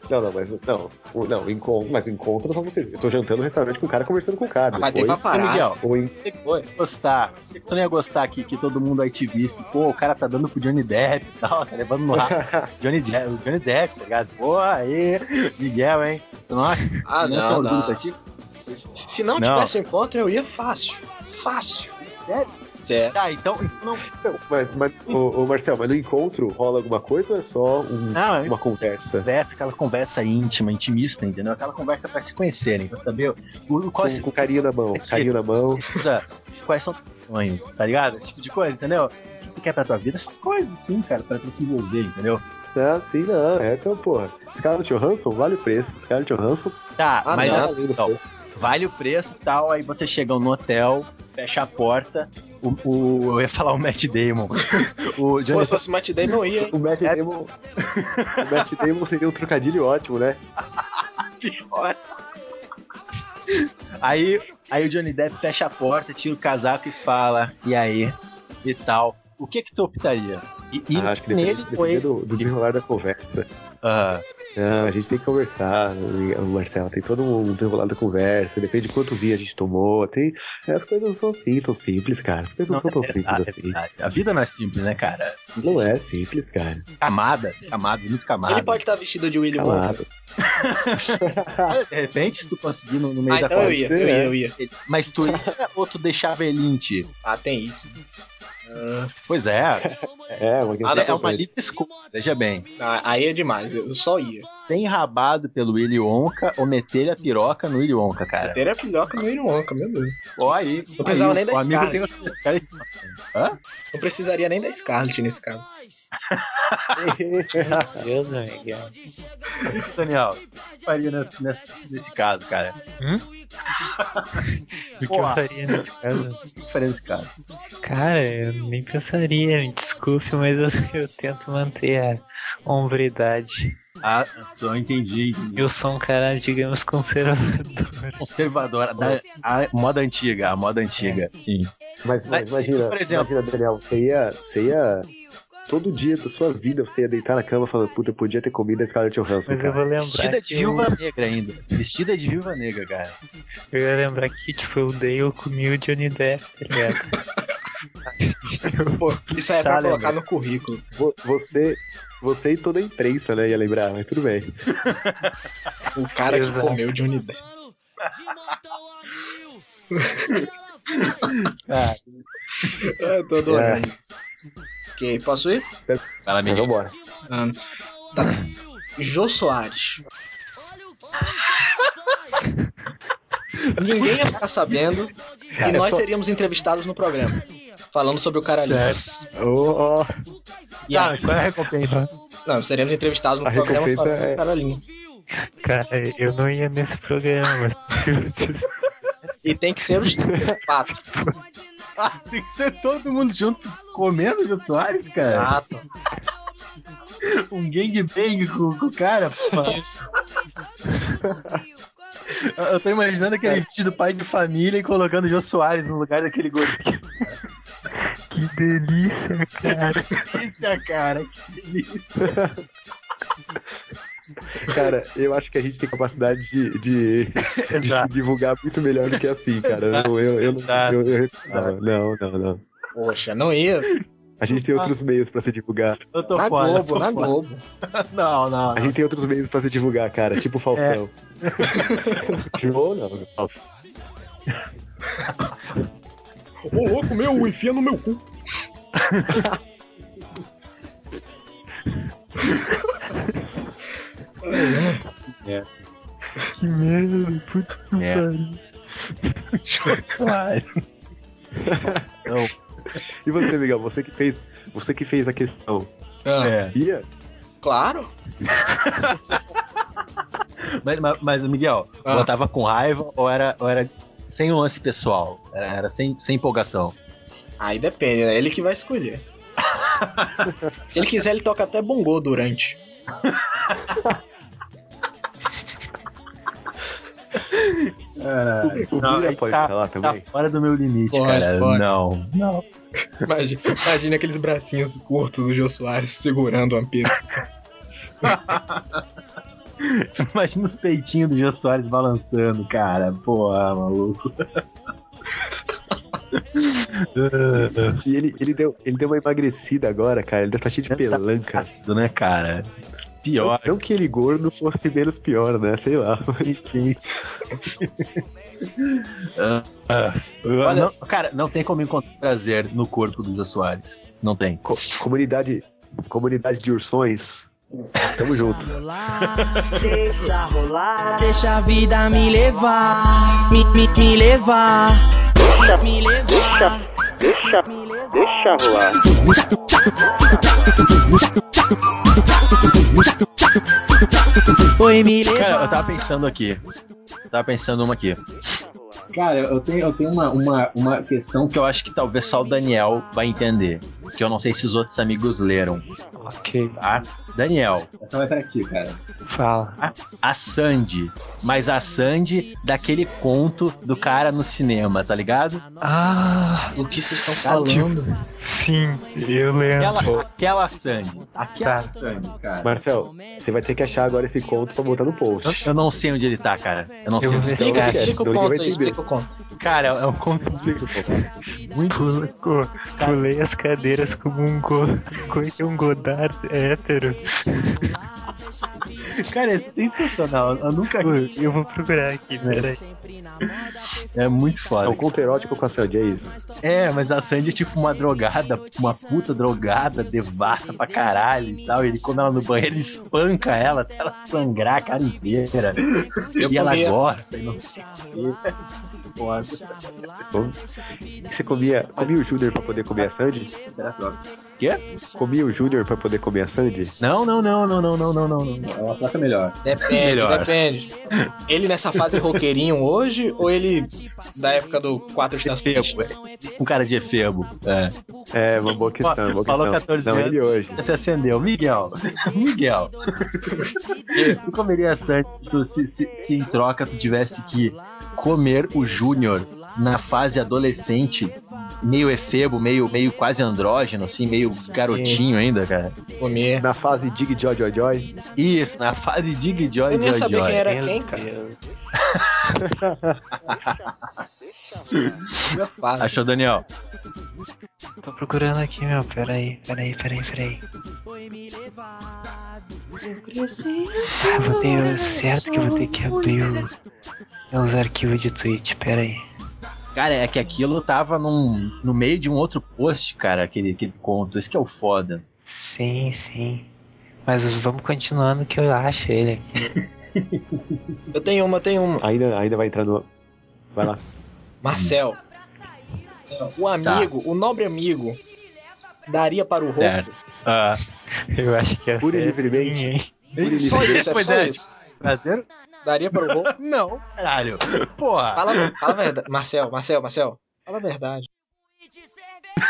Não, não, mas não, o- não, encontro, mas o encontro é só você, eu tô jantando no restaurante com o cara, conversando com o cara,
Ah, mas tem
depois...
paparazzi.
Miguel,
o en-
Oi.
gostar. Por que Tu não ia gostar aqui que todo mundo aí te visse. Pô, o cara tá dando pro Johnny Depp e tal, tá levando no rabo. Johnny Depp, o Johnny Depp, tá ligado? Pô, aí, Miguel, hein? Tu não acha que
Ah,
esse é
não,
um orgulho
não.
pra ti?
Se não
Não.
tivesse o encontro, eu ia fácil. Fácil. é.
Sério?
Sério.
Tá, então. então Não,
Não, mas, mas ô, ô, Marcel, mas no encontro rola alguma coisa ou é só um-
não, é
uma conversa?
conversa, aquela conversa íntima, intimista, entendeu? Aquela conversa pra se conhecerem, pra saber o, qual,
com, com carinho na
É
mão, carinho na mão.
precisa, quais são os sonhos, tá ligado? Esse tipo de coisa, entendeu? O que tu quer pra tua vida? Essas coisas, sim, cara, pra tu se envolver, entendeu?
Não, sim, não, essa é o porra. Scarlett Johansson vale o preço. Scarlett Johansson
Tá,
Ah,
mas
não.
ela-
vale o
então,
preço.
vale o preço e tal, aí você chega no hotel, fecha a porta, o, o- eu ia falar o Matt Damon, o
Pô,
Johnny
se fosse Matt Damon, eu ia, hein?
O Matt
É.
Damon. o Matt Damon seria um trocadilho ótimo, né?
Aí, aí o Johnny Depp fecha a porta, tira o casaco e fala, e aí, e tal. O que que tu optaria? E, e
Ah, acho que
nele
depende,
foi...
depende do, do desenrolar da conversa.
Ah,
Não, a gente tem que conversar, o Marcelo. Tem todo um desenrolar da conversa. Depende de quanto vinho a gente tomou. Tem... As coisas não são assim, tão simples, cara. As coisas não, são tão
é
simples
verdade, é
assim.
verdade. A vida não é simples, né, cara?
Não é simples, cara.
Camadas, camadas, muito camadas.
Ele pode estar vestido de Willy Wonka.
Calado.
É, De repente, se tu conseguir no, no meio
Ah,
da
então eu
conversa.
ia,
ser,
eu ia,
né?
eu ia.
Mas tu ia ou tu deixava ele em ti?
Ah, tem isso. Ah,
Pois é,
É, uma
Ah, não,
é uma livre escolha, veja bem.
ah, aí é demais, eu só ia.
Ser enrabado pelo Willy Wonka ou meter a piroca no Willy Onca, cara.
Ter a pilhoca no Willy Wonka, meu Deus.
Ó aí. Não
precisava nem da
o amigo
escala.
tem uma escala de- Hã?
Não precisaria nem da Scarlett nesse caso.
Meu Deus, Miguel.
Isso, Daniel. O que tu faria nesse, nesse, nesse caso, cara?
O que
Porra.
eu faria nesse caso?
O que tu faria nesse caso?
Cara, eu nem pensaria, me desculpe, mas eu, eu tento manter a hombridade.
Ah, só entendi. entendi.
Eu sou um cara, digamos, conservador.
Conservadora, da Ah, a moda antiga, a moda antiga, sim.
Mas,
Mas,
mas imagina,
por exemplo-
imagina, Daniel, você ia, você ia. Todo dia da sua vida você ia deitar na cama falando, puta, eu podia ter comido a Scarlett Johansson.
Mas
Cara.
eu vou lembrar
Vestida de
que eu,
viúva negra ainda. Vestida de viúva negra, cara.
eu ia lembrar que, tipo, eu dei, eu comi o Johnny Depp, tá ligado?
Pô, isso aí é pra
Tá,
colocar no currículo.
Vo- Você, você e toda a imprensa, né? Ia lembrar, mas tudo bem.
O cara que
Exato.
comeu Johnny Depp.
Ah,
Ah, eu tô adorando isso. Ok, posso ir?
Fala,
Mas
Miguel.
vambora.
Ah, tá. Jô Soares. Ninguém ia ficar sabendo e
Cara,
nós
só-
seríamos entrevistados no programa. Falando sobre o cara ali.
Ô, ô,
E aí-
Qual é a recompensa?
Não, seríamos entrevistados no
A
programa
recompensa
falando sobre
é-
o cara ali.
Cara, eu não ia nesse programa, mas
E tem que ser os quatro.
Ah, tem que ser todo mundo junto comendo o Jô Soares,
É.
cara.
Exato.
Um gangbang com, com o cara, pô.
Isso.
Eu- Eu tô imaginando aquele vestido pai de família e colocando o Jô Soares no lugar daquele gordinho.
que delícia, cara.
Que delícia, cara. Que delícia.
Cara, eu acho que a gente tem capacidade de, de, de se
Exato.
divulgar muito melhor do que assim, cara. Eu, eu, eu, não- eu, eu recusava. Não, não, não.
Poxa, não ia.
A gente
Ah.
tem outros meios pra se divulgar.
Eu tô
Na
fora.
Globo,
tô
na
fora.
Globo.
Não, não,
A
não.
gente tem outros meios pra se divulgar, cara. Tipo o Faustão.
É.
João, não. Faustão.
Ô, louco meu, enfia no meu cu.
Que merda, puta que
É.
pariu.
E você, Miguel, você que fez, você que fez a questão.
Ah,
É.
Ia?
Claro.
Mas, mas, mas, Miguel,
Ah.
botava com raiva ou era, ou era sem um lance pessoal? Era, era sem, sem empolgação.
Aí depende, né? Ele que vai escolher. Se ele quiser, ele toca até bongô durante.
É.
O
Não,
Bira
aí
pode
tá-
falar
Tá
também?
fora do meu limite,
Pode,
cara.
pode.
Não. Não.
Imagina, imagina aqueles bracinhos curtos do Jô Soares segurando uma pira.
Imagina os peitinhos do Jô Soares balançando, cara. Porra, maluco.
E ele, ele, deu, ele deu uma emagrecida agora, cara. Ele deve estar cheio de pelanca.
Ácido, né, cara? tá Pior.
Não que ele gordo fosse menos pior, né? Sei lá.
Enfim. Ah, ah.
Olha-
Não, cara, não tem como encontrar prazer no corpo do Jô Soares. Não tem.
Co- comunidade, comunidade de ursões. Tamo junto.
Deixa rolar, deixa a vida me levar, me, me, me levar, me levar. Oi, me
Cara, eu
levar.
tava pensando aqui. Eu tava pensando uma aqui. Cara, eu tenho, eu tenho uma, uma, uma questão que eu acho que talvez só o Daniel vai entender. Que eu não sei se os outros amigos leram.
Ok,
Tá? Daniel, essa vai Então é pra ti, cara.
fala.
A Sandy. Mas a Sandy daquele conto do cara no cinema, tá ligado?
Ah,
Do que vocês estão
tipo,
falando?
sim, eu lembro.
Aquela, aquela Sandy. Aquela Sandy, cara.
Marcel, você vai ter que achar agora esse conto pra botar no
Eu,
post.
eu não sei onde ele tá, cara. Eu não
Eu vou
sei onde
ver se
ele
Explica,
Cara,
explica o
ninguém Então, é, vai
conto aí,
entender.
explica o conto.
tá. Cara, é um conto muito.
Pula- co- Pulei as cadeiras como um, go, como é que é um Godard hétero.
Cara, é sensacional. Eu nunca
Pô, Eu vou procurar aqui, né? peraí.
É muito
É
foda.
um conto erótico com a Sandy, é isso.
É, mas a Sandy é tipo uma drogada, uma puta drogada, devassa pra caralho e tal. Ele, quando ela no banheiro, ele espanca ela até ela sangrar a cara inteira.
Eu
e ela
comia-
gosta. E não sei o quê. Foda.
E Você comia, comia o Júnior pra poder comer a Sandy?
Quê?
Comia o Júnior pra poder comer a Sandy?
Não, não, não, não, não, não, não, não. não. É uma placa melhor.
Depende,
Melhor.
depende. Ele nessa fase é roqueirinho hoje ou ele da época do 4 estações?
Efebo. é. Um cara de efebo. É.
É, uma boa questão, uma boa
Falou
questão.
14
Não,
anos.
ele hoje.
Você acendeu. Miguel. Miguel. Tu comeria a Sandy tu- se, se, se em troca tu tivesse que comer o Júnior na fase adolescente, meio efebo, meio, meio quase andrógeno, assim, meio garotinho ainda, cara.
Comer.
Na fase Dig Joy Joy Joy.
Isso, na fase Dig Joy
Eu nem ia
Joy
saber
Joy.
quem era
Meu
quem, cara.
Deus.
Minha fase.
Achou, Daniel?
Tô procurando aqui, meu, peraí, peraí, peraí, peraí. Ah, vou ter, certo que eu vou ter que abrir o- é os arquivos de tweet, peraí.
Cara, é que aquilo tava num, no meio de um outro post, cara, aquele, aquele conto. Isso que é o foda.
Sim, sim. Mas vamos continuando que eu acho ele aqui.
Eu tenho uma, eu tenho uma.
Ainda, ainda vai entrar no. Vai lá.
Marcel. O amigo, o nobre amigo, daria para o roubo.
Certo. Ah,
Eu acho que é
Pura e
é
livremente.
sim, hein?
Só isso, é
Pois
só
é.
isso.
prazer?
Daria para o roubo.
Não, caralho. Porra.
Fala, fala a verdade. Marcel, Marcel, Marcel. Fala a verdade.
Ah,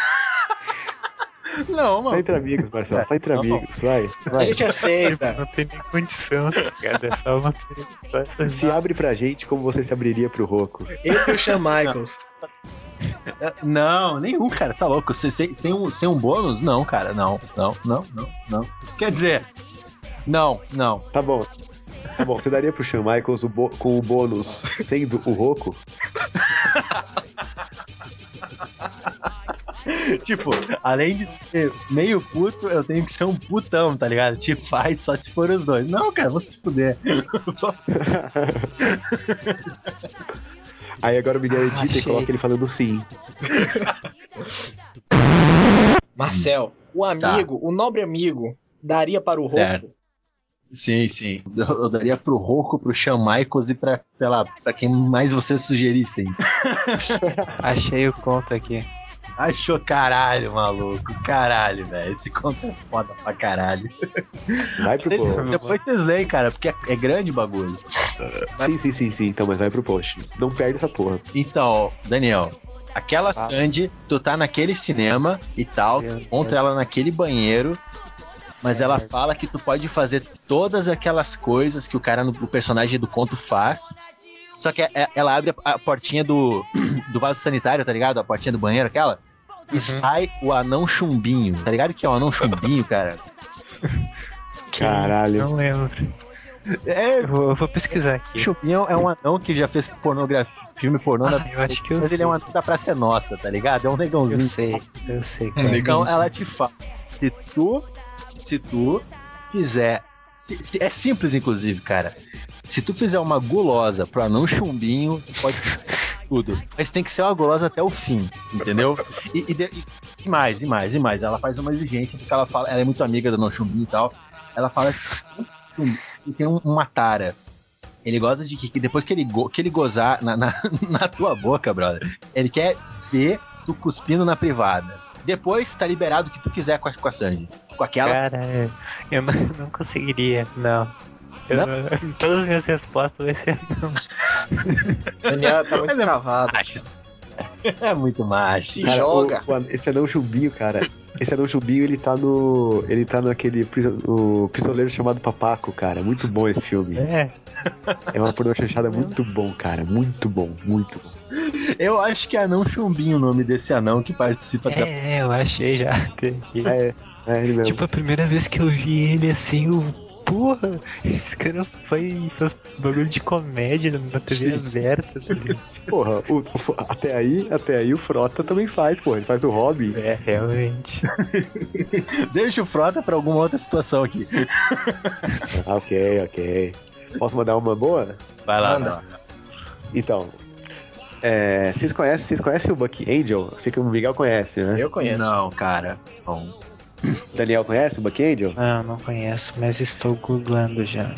Não,
Tá
mano.
entre amigos, Marcelo. Tá entre
Tá bom.
amigos. Vai,
A
vai.
gente aceita.
Não tem nem condição, tá ligado? É só uma pergunta.
Se abre pra gente como você se abriria pro Roco.
Ele e o Shawn Michaels.
Não, nenhum, cara, tá louco. Sem, sem, sem um, sem um bônus? Não, cara, não, não, não, não, não. Quer dizer, não, não.
Tá bom. Tá bom, você daria pro Shawn Michaels o bo- com o bônus sendo o Roco?
tipo, além de ser meio puto, eu tenho que ser um putão, tá ligado? Tipo, faz só se for os dois. Não, cara, vou se fuder.
Aí agora o Miguel edita
achei.
e coloca ele falando sim.
Marcel, o amigo, o nobre amigo, daria para o
Certo.
Roco?
Sim, sim. Eu, eu daria pro Roco, pro Shawn Michaels e pra, sei lá, pra quem mais vocês sugerissem.
Achei o conto aqui.
Achou caralho, maluco. Caralho, velho. Esse conto é foda pra caralho.
Vai pro post.
Depois vocês leem, cara, porque é, é grande o bagulho.
Sim, sim, sim, sim. Então, mas vai pro post. Não perde essa porra.
Então, Daniel, aquela Sandy, tu tá naquele cinema e tal,
Meu
tu encontra ela naquele banheiro, mas ela fala que tu pode fazer todas aquelas coisas que o cara, no- o personagem do conto faz. Só que é- é- ela abre a a portinha do, do vaso sanitário, tá ligado? A portinha do banheiro, aquela. E sai o anão chumbinho, tá ligado? Que é o anão chumbinho, cara.
Caralho.
Não lembro. É, eu vou, eu vou pesquisar aqui.
Chumbinho é um anão que já fez pornografia, filme pornô na
Ah, eu acho que eu
mas ele é um
sei.
anão da Praça é Nossa, tá ligado? É um
Eu
negãozinho.
sei, eu sei.
Um
Cara.
Então
negãozinho.
ela te fala, se tu, se tu fizer, se- se- é simples inclusive, cara. Se tu fizer uma gulosa pro anão chumbinho, tu pode fazer tudo. Mas tem que ser uma gulosa até o fim, entendeu? E, e de- e- e mais, e mais, e mais. Ela faz uma exigência porque ela fala, ela é muito amiga do anão chumbinho e tal. Ela fala que tem um- uma tara. Ele gosta de que, que depois que ele, go- que ele gozar na- na- na tua boca, brother, ele quer ver tu cuspindo na privada. Depois tá liberado o que tu quiser com a, com a Sanji. Com aquela.
Cara, eu não, não conseguiria, não. Eu- todas as minhas respostas vai ser
Daniel tá muito
Ele é
travado.
É, muito macho.
Se
Cara,
joga.
o- o- esse anão chumbinho, cara. Esse anão chumbinho, ele tá no. Ele tá naquele priso- o pistoleiro chamado Papaco, cara. Muito bom esse filme.
É.
É uma pornô chanchada muito bom, cara. Muito bom, muito bom.
Eu acho que é anão chumbinho o nome desse anão que participa da.
É, eu achei já. Teve.
É, é ele mesmo.
Tipo, a primeira vez que eu vi ele assim, eu. Porra, esse cara foi, fez bagulho de comédia na TV
Sim.
aberta. tá ligado?
Porra, o- o- até aí, até aí o Frota também faz, porra. Ele faz o Robin.
É, realmente.
Deixa o Frota pra alguma outra situação aqui.
Ah, ok, ok. Posso mandar uma boa?
Vai lá.
Manda.
vai lá.
Então. é, vocês conhecem, vocês conhecem o Buck Angel? Eu sei que o Miguel conhece, né?
Eu conheço.
Não, cara. Não.
Daniel conhece o Buck Angel?
Não, não conheço, mas estou googlando já.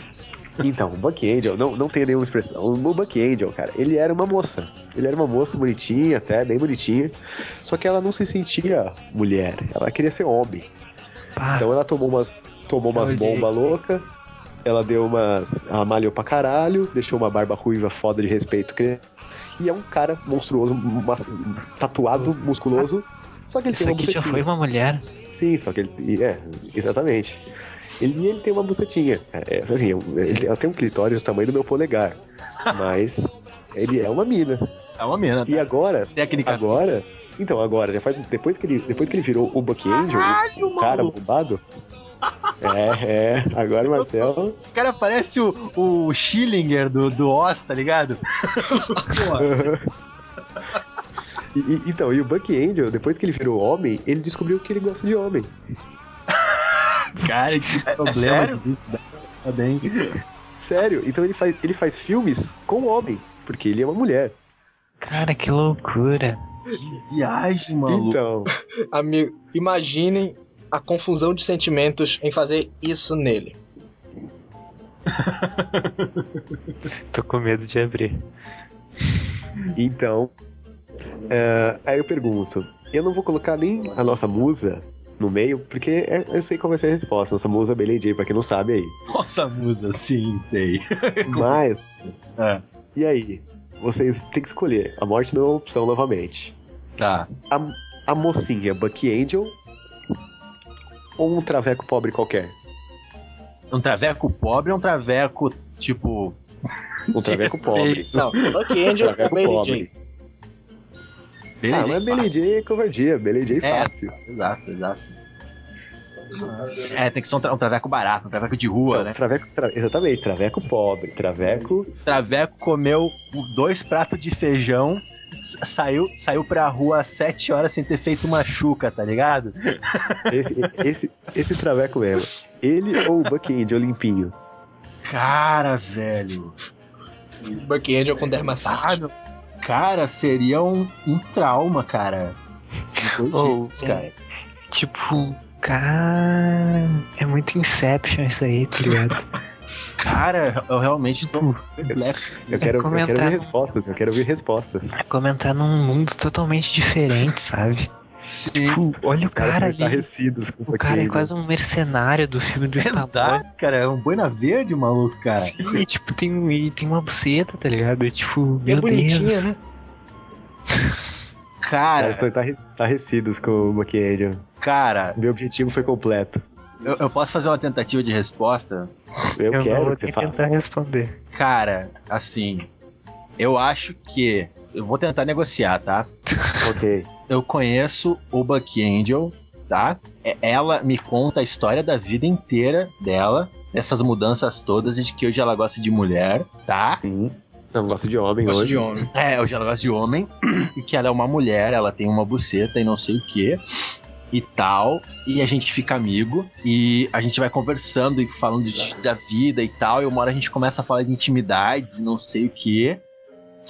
Então, o Buck Angel, não, não tem nenhuma expressão. O Buck Angel, cara, ele era uma moça. Ele era uma moça bonitinha, até, bem bonitinha. Só que ela não se sentia mulher. Ela queria ser homem.
Pá,
Então ela tomou umas, tomou umas
Olhei.
bombas loucas. Ela deu umas. Ela malhou pra caralho, deixou uma barba ruiva foda de respeito. cre- E é um cara monstruoso, mas- tatuado, musculoso. Só que ele
isso
tem um uma
aqui já
bucetinha.
foi uma mulher.
Sim, só que ele. É, exatamente. Ele, e ele tem uma bucetinha. É, assim, eu- ele, ela tem um clitóris do tamanho do meu polegar. Mas ele é uma mina.
É uma mina.
E
Tá?
agora.
Técnica.
Agora. Então, agora, já faz- depois, que ele, depois que ele virou o Buck Angel, o, o cara bombado. É, é. Agora, Marcelo.
O cara parece o, o Schillinger do, do Oz, tá ligado?
E- e- então, e o Buck Angel, depois que ele virou homem, ele descobriu que ele gosta de homem.
Cara, que problema
sério?
de vida. Tá bem.
Sério. Então ele faz, ele faz filmes com homem. Porque ele é uma mulher.
Cara, que loucura.
Viagem, maluco.
Então.
Amigo, imaginem a confusão de sentimentos em fazer isso nele.
Tô com medo de abrir.
Então, é, aí eu pergunto, eu não vou colocar nem a nossa musa no meio, porque é- eu sei qual vai ser a resposta. Nossa musa é Bailey J, pra quem não sabe aí.
Nossa, musa, sim, sei.
Mas,
É.
e aí? Vocês têm que escolher. A morte não é uma opção novamente.
Tá.
A, a mocinha Bucky Angel ou um traveco pobre qualquer?
Um traveco pobre é um traveco, tipo.
Um traveco pobre. Um
Não, Buck Angel ou
Traveco
Bailey J?
pobre.
Beleza.
Ah, mas Bailey J é covardia. Bailey J é
É.
fácil.
Exato, exato. É, tem que ser um, tra um traveco barato, um traveco de rua,
Então,
né?
traveco, tra- Exatamente, traveco pobre, traveco.
Traveco comeu o- dois pratos de feijão, sa- saiu, saiu pra rua às sete horas sem ter feito uma chuca, tá ligado?
Esse, esse, esse traveco mesmo. Ele ou o Bucky de Olimpinho?
Cara, velho.
Bucky Angel com dermacite.
Sabe? Cara, seria um, um trauma, cara. Dos dois
Ou
jeitos, cara.
Tipo, cara. É muito Inception isso aí, tá ligado?
Cara, eu realmente tô. Black.
Eu quero, eu quero
Comentar.
ouvir respostas, eu quero ouvir respostas.
Comentar num mundo totalmente diferente, sabe? Tipo, olha o
Os caras
cara
são
ali.
estarrecidos com
O cara é
Bucky
quase um mercenário do filme do Star Wars.
Exato, cara. É um boina verde, maluco, cara.
Sim, e, tipo, tem, um- e tem uma buceta, tá ligado? E, tipo,
É
meu
bonitinha,
Deus.
né?
Os
Cara,
caras estão estarre- estarrecidos com o Bucky Angel.
cara,
Meu objetivo foi completo.
eu, eu posso fazer uma tentativa de resposta?
Eu,
não
quero
vou
que você
nem
faça.
tentar responder.
Cara, assim, eu acho que. Eu vou tentar negociar, tá?
Ok.
Eu conheço o Buck Angel, tá? É- Ela me conta a história da vida inteira dela, dessas mudanças todas, e de que hoje ela gosta de mulher, tá?
Sim. Não, gosto de homem
Gosto
hoje.
de homem.
É, hoje ela gosta de homem, e que ela é uma mulher, ela tem uma buceta e não sei o que. E tal, e a gente fica amigo, e a gente vai conversando e falando de, da vida e tal, e uma hora a gente começa a falar de intimidades e não sei o que.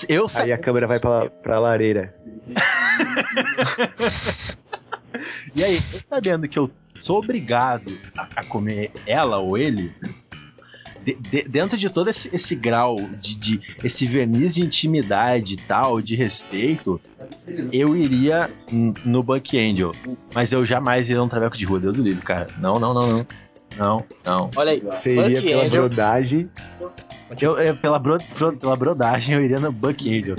Eu sa-
Aí a câmera vai pra, pra lareira.
E aí, eu sabendo que eu sou obrigado a, a comer ela ou ele, de- de- dentro de todo esse, esse grau, de, de- esse verniz de intimidade e tal, de respeito, eu iria n- no Buck Angel. Mas eu jamais iria num traveco de rua, Deus do livre, cara. Não, não, não, não. Não, não.
Olha aí.
Você iria
Bucky
pela
Angel.
brodagem.
Eu, eu- pela, bro- bro- pela brodagem, eu iria no Buck Angel.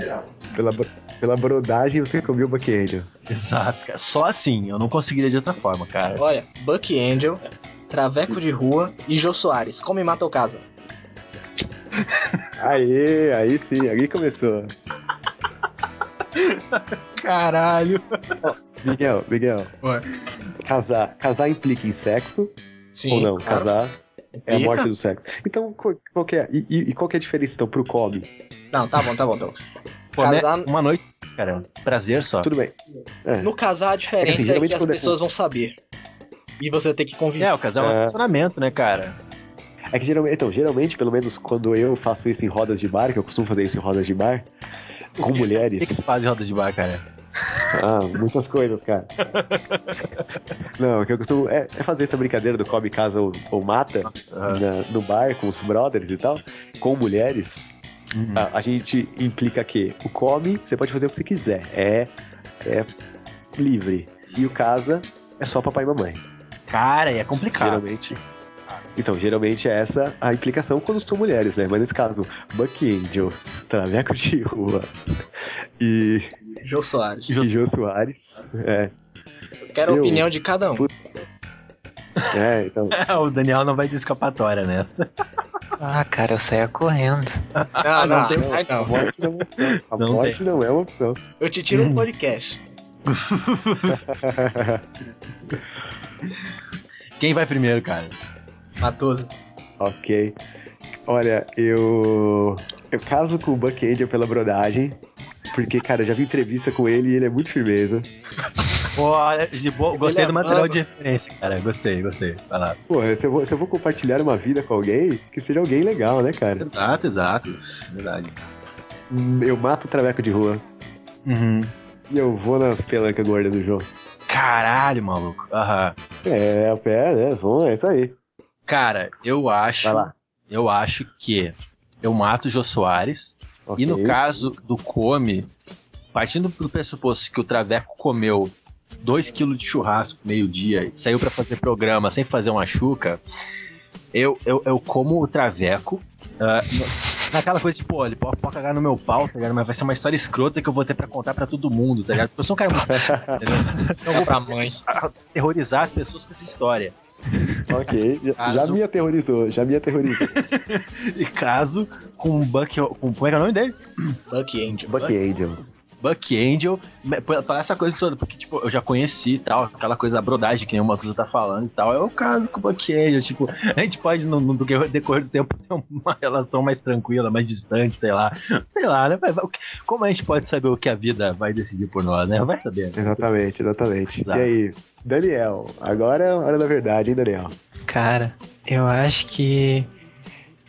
Pela, bro- pela brodagem você comeu o Bucky Angel.
Exato, cara. Só assim, eu não conseguiria de outra forma, cara.
Olha, Bucky Angel, Traveco de Rua e Jô Soares. Come e mata o casa.
Aê, aí sim, aí começou.
Caralho.
Miguel, Miguel.
Ué.
Casar. Casar implica em sexo ou não? Casar é a
Implica.
morte do sexo. Então, qual, qual que é? E, e- e qual que é a diferença então pro come?
Não, tá bom, tá bom, tá bom.
Pô, né?
Casar-
Uma noite, cara. é um Prazer só.
Tudo bem.
No casar, a
É que assim,
diferença é
geralmente
que as
quando é
pessoas vão saber. E você tem que convidar.
É, o casal é um
É.
relacionamento, né, cara?
É que geralmente, então, geralmente, pelo menos quando eu faço isso em rodas de bar, que eu costumo fazer isso em rodas de bar,
O que, que
com
se
mulheres.
faz em roda de bar, cara?
Ah, muitas coisas, cara. Não, o que eu costumo é, é fazer essa brincadeira do come, casa ou, ou mata na- no bar com os brothers e tal, com mulheres. A, a gente implica que o come, você pode fazer o que você quiser. É, é livre. E o casa é só papai e mamãe.
Cara, e é complicado.
Geralmente. Então, geralmente é essa a implicação quando são mulheres, né? Mas nesse caso, Buck Angel, Traveco de Rua e,
Jô Soares.
e Jô Soares. É,
Eu Quero a
Eu-
opinião de cada um.
Puta. é, então.
o Daniel não vai de escapatória nessa.
Ah, cara, eu saía correndo.
Não, Ah, não,
Ah, Não,
ai,
A
não.
morte não é uma opção. A
Não
morte não é uma opção.
Eu te tiro um podcast.
Quem vai primeiro, cara?
Matoso.
ok. Olha, eu. Eu caso com o Buck Angel pela brodagem. Porque, cara, eu já vi entrevista com ele e ele é muito firmeza.
Pô, é, de boa, gostei
Ele
do material
amava.
de referência, cara. Gostei, gostei. Vai lá.
Porra, se eu, vou, se eu vou compartilhar uma vida com alguém, que seja alguém legal, né, cara?
Exato, exato. Verdade.
Hum, Eu mato o traveco de rua.
Uhum.
E eu vou nas pelancas gordas do João.
Caralho, maluco. Aham.
É, o pé, né? Vamos, é isso aí.
Cara, eu acho.
Vai lá.
Eu acho que eu mato o Jô Soares.
Ok.
E no caso do come, partindo do pressuposto que o Traveco comeu 2 kg de churrasco meio-dia e saiu pra fazer programa sem fazer uma chuca, eu, eu, eu como o Traveco. ah, no- naquela coisa de, pô, ele pode, pode cagar no meu pau, tá ligado? Mas vai ser uma história escrota que eu vou ter pra contar pra todo mundo, tá ligado? Porque eu sou um cara muito. entendeu? Então eu vou pra mãe. Terrorizar as pessoas com essa história.
Ok, já,
Caso-
já me aterrorizou, já me aterrorizou.
E caso um com o Buck. Com, como é que é o nome dele?
Bucky Angel.
Buck Angel.
Buck Angel, me- por, por essa coisa toda, porque, tipo, eu já conheci e tal, aquela coisa da brodagem que nem o Matuza tá falando e tal, é o caso com o Buck Angel, tipo, a gente pode, no, no decorrer- decorrer do tempo, ter uma relação mais tranquila, mais distante, sei lá, sei lá, né, vai- vai- o que- como a gente pode saber o que a vida vai decidir por nós, né, vai saber, né?
Exatamente, exatamente.
Exato.
E aí, Daniel, agora é a hora da verdade, hein, Daniel?
Cara, eu acho que.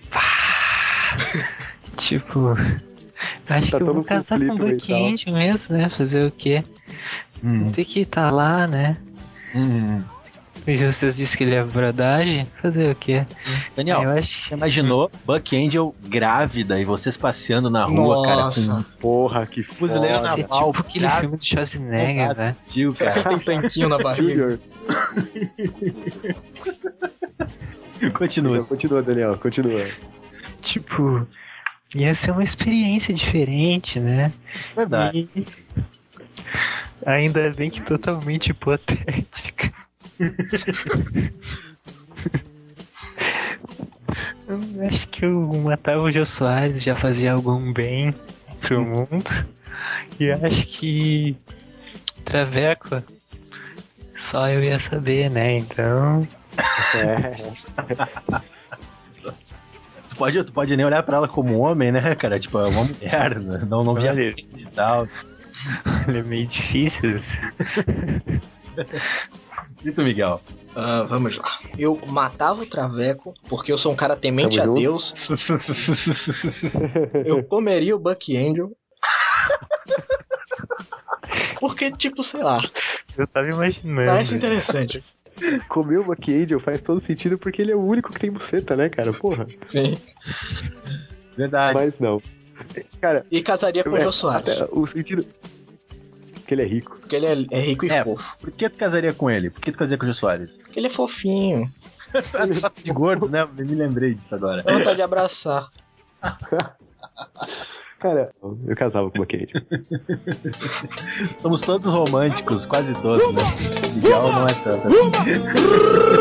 Pá! tipo. Acho
Tá
que eu
todo
vou
um
casar com o
conflito
Buck
mental.
Angel mesmo, né? Fazer o quê?
Hum,
Tem que estar lá, né?
hum.
E vocês disseram que ele é brodagem? Fazer o quê?
Daniel,
É, eu acho
Você
que.
imaginou Buck Angel grávida e vocês passeando na rua,
Nossa.
cara?
Porra, que
Fuzileiro
foda.
na-
Ser
Naval,
tipo aquele
cara.
filme do
é
Schwarzenegger,
Cara.
né?
Com um tio,
Será que
cara.
ele tem tanquinho na barriga?
Junior,
Continua.
continua, Daniel, continua.
Tipo. Ia ser uma experiência diferente, né?
é Verdade.
E- Ainda bem que totalmente hipotética. Eu acho que eu matava o Jô Soares já fazia algum bem pro mundo. E acho que. Traveco. Só eu ia saber, né? Então.
É,
Tu pode, tu pode nem olhar pra ela como um homem, né, cara? Tipo, é uma mulher, né? não, não via
Olha.
e tal.
É meio difícil. assim.
E tu, Miguel?
Ah, vamos lá. Eu matava o Traveco, porque eu sou um cara temente
Tamo
a
junto.
Deus. Eu comeria o Buck Angel. Porque, tipo, sei lá,
Eu tava imaginando.
parece interessante.
comer uma Angel faz todo sentido porque ele é o único que tem buceta, né, cara? Porra.
Sim.
Verdade.
Mas não. Cara,
E casaria com o
é,
Jô Soares,
até o sentido. Que ele é rico.
porque ele é- é rico e
É.
fofo.
Por que tu casaria com ele? Por que tu casaria com o Jô Soares?
Porque ele é fofinho.
Papo de gordo, né? Eu Me lembrei disso agora.
Dá vontade de abraçar.
Cara, eu casava com uma Angel.
Somos todos românticos, quase todos, né? Miguel não é tanto. assim.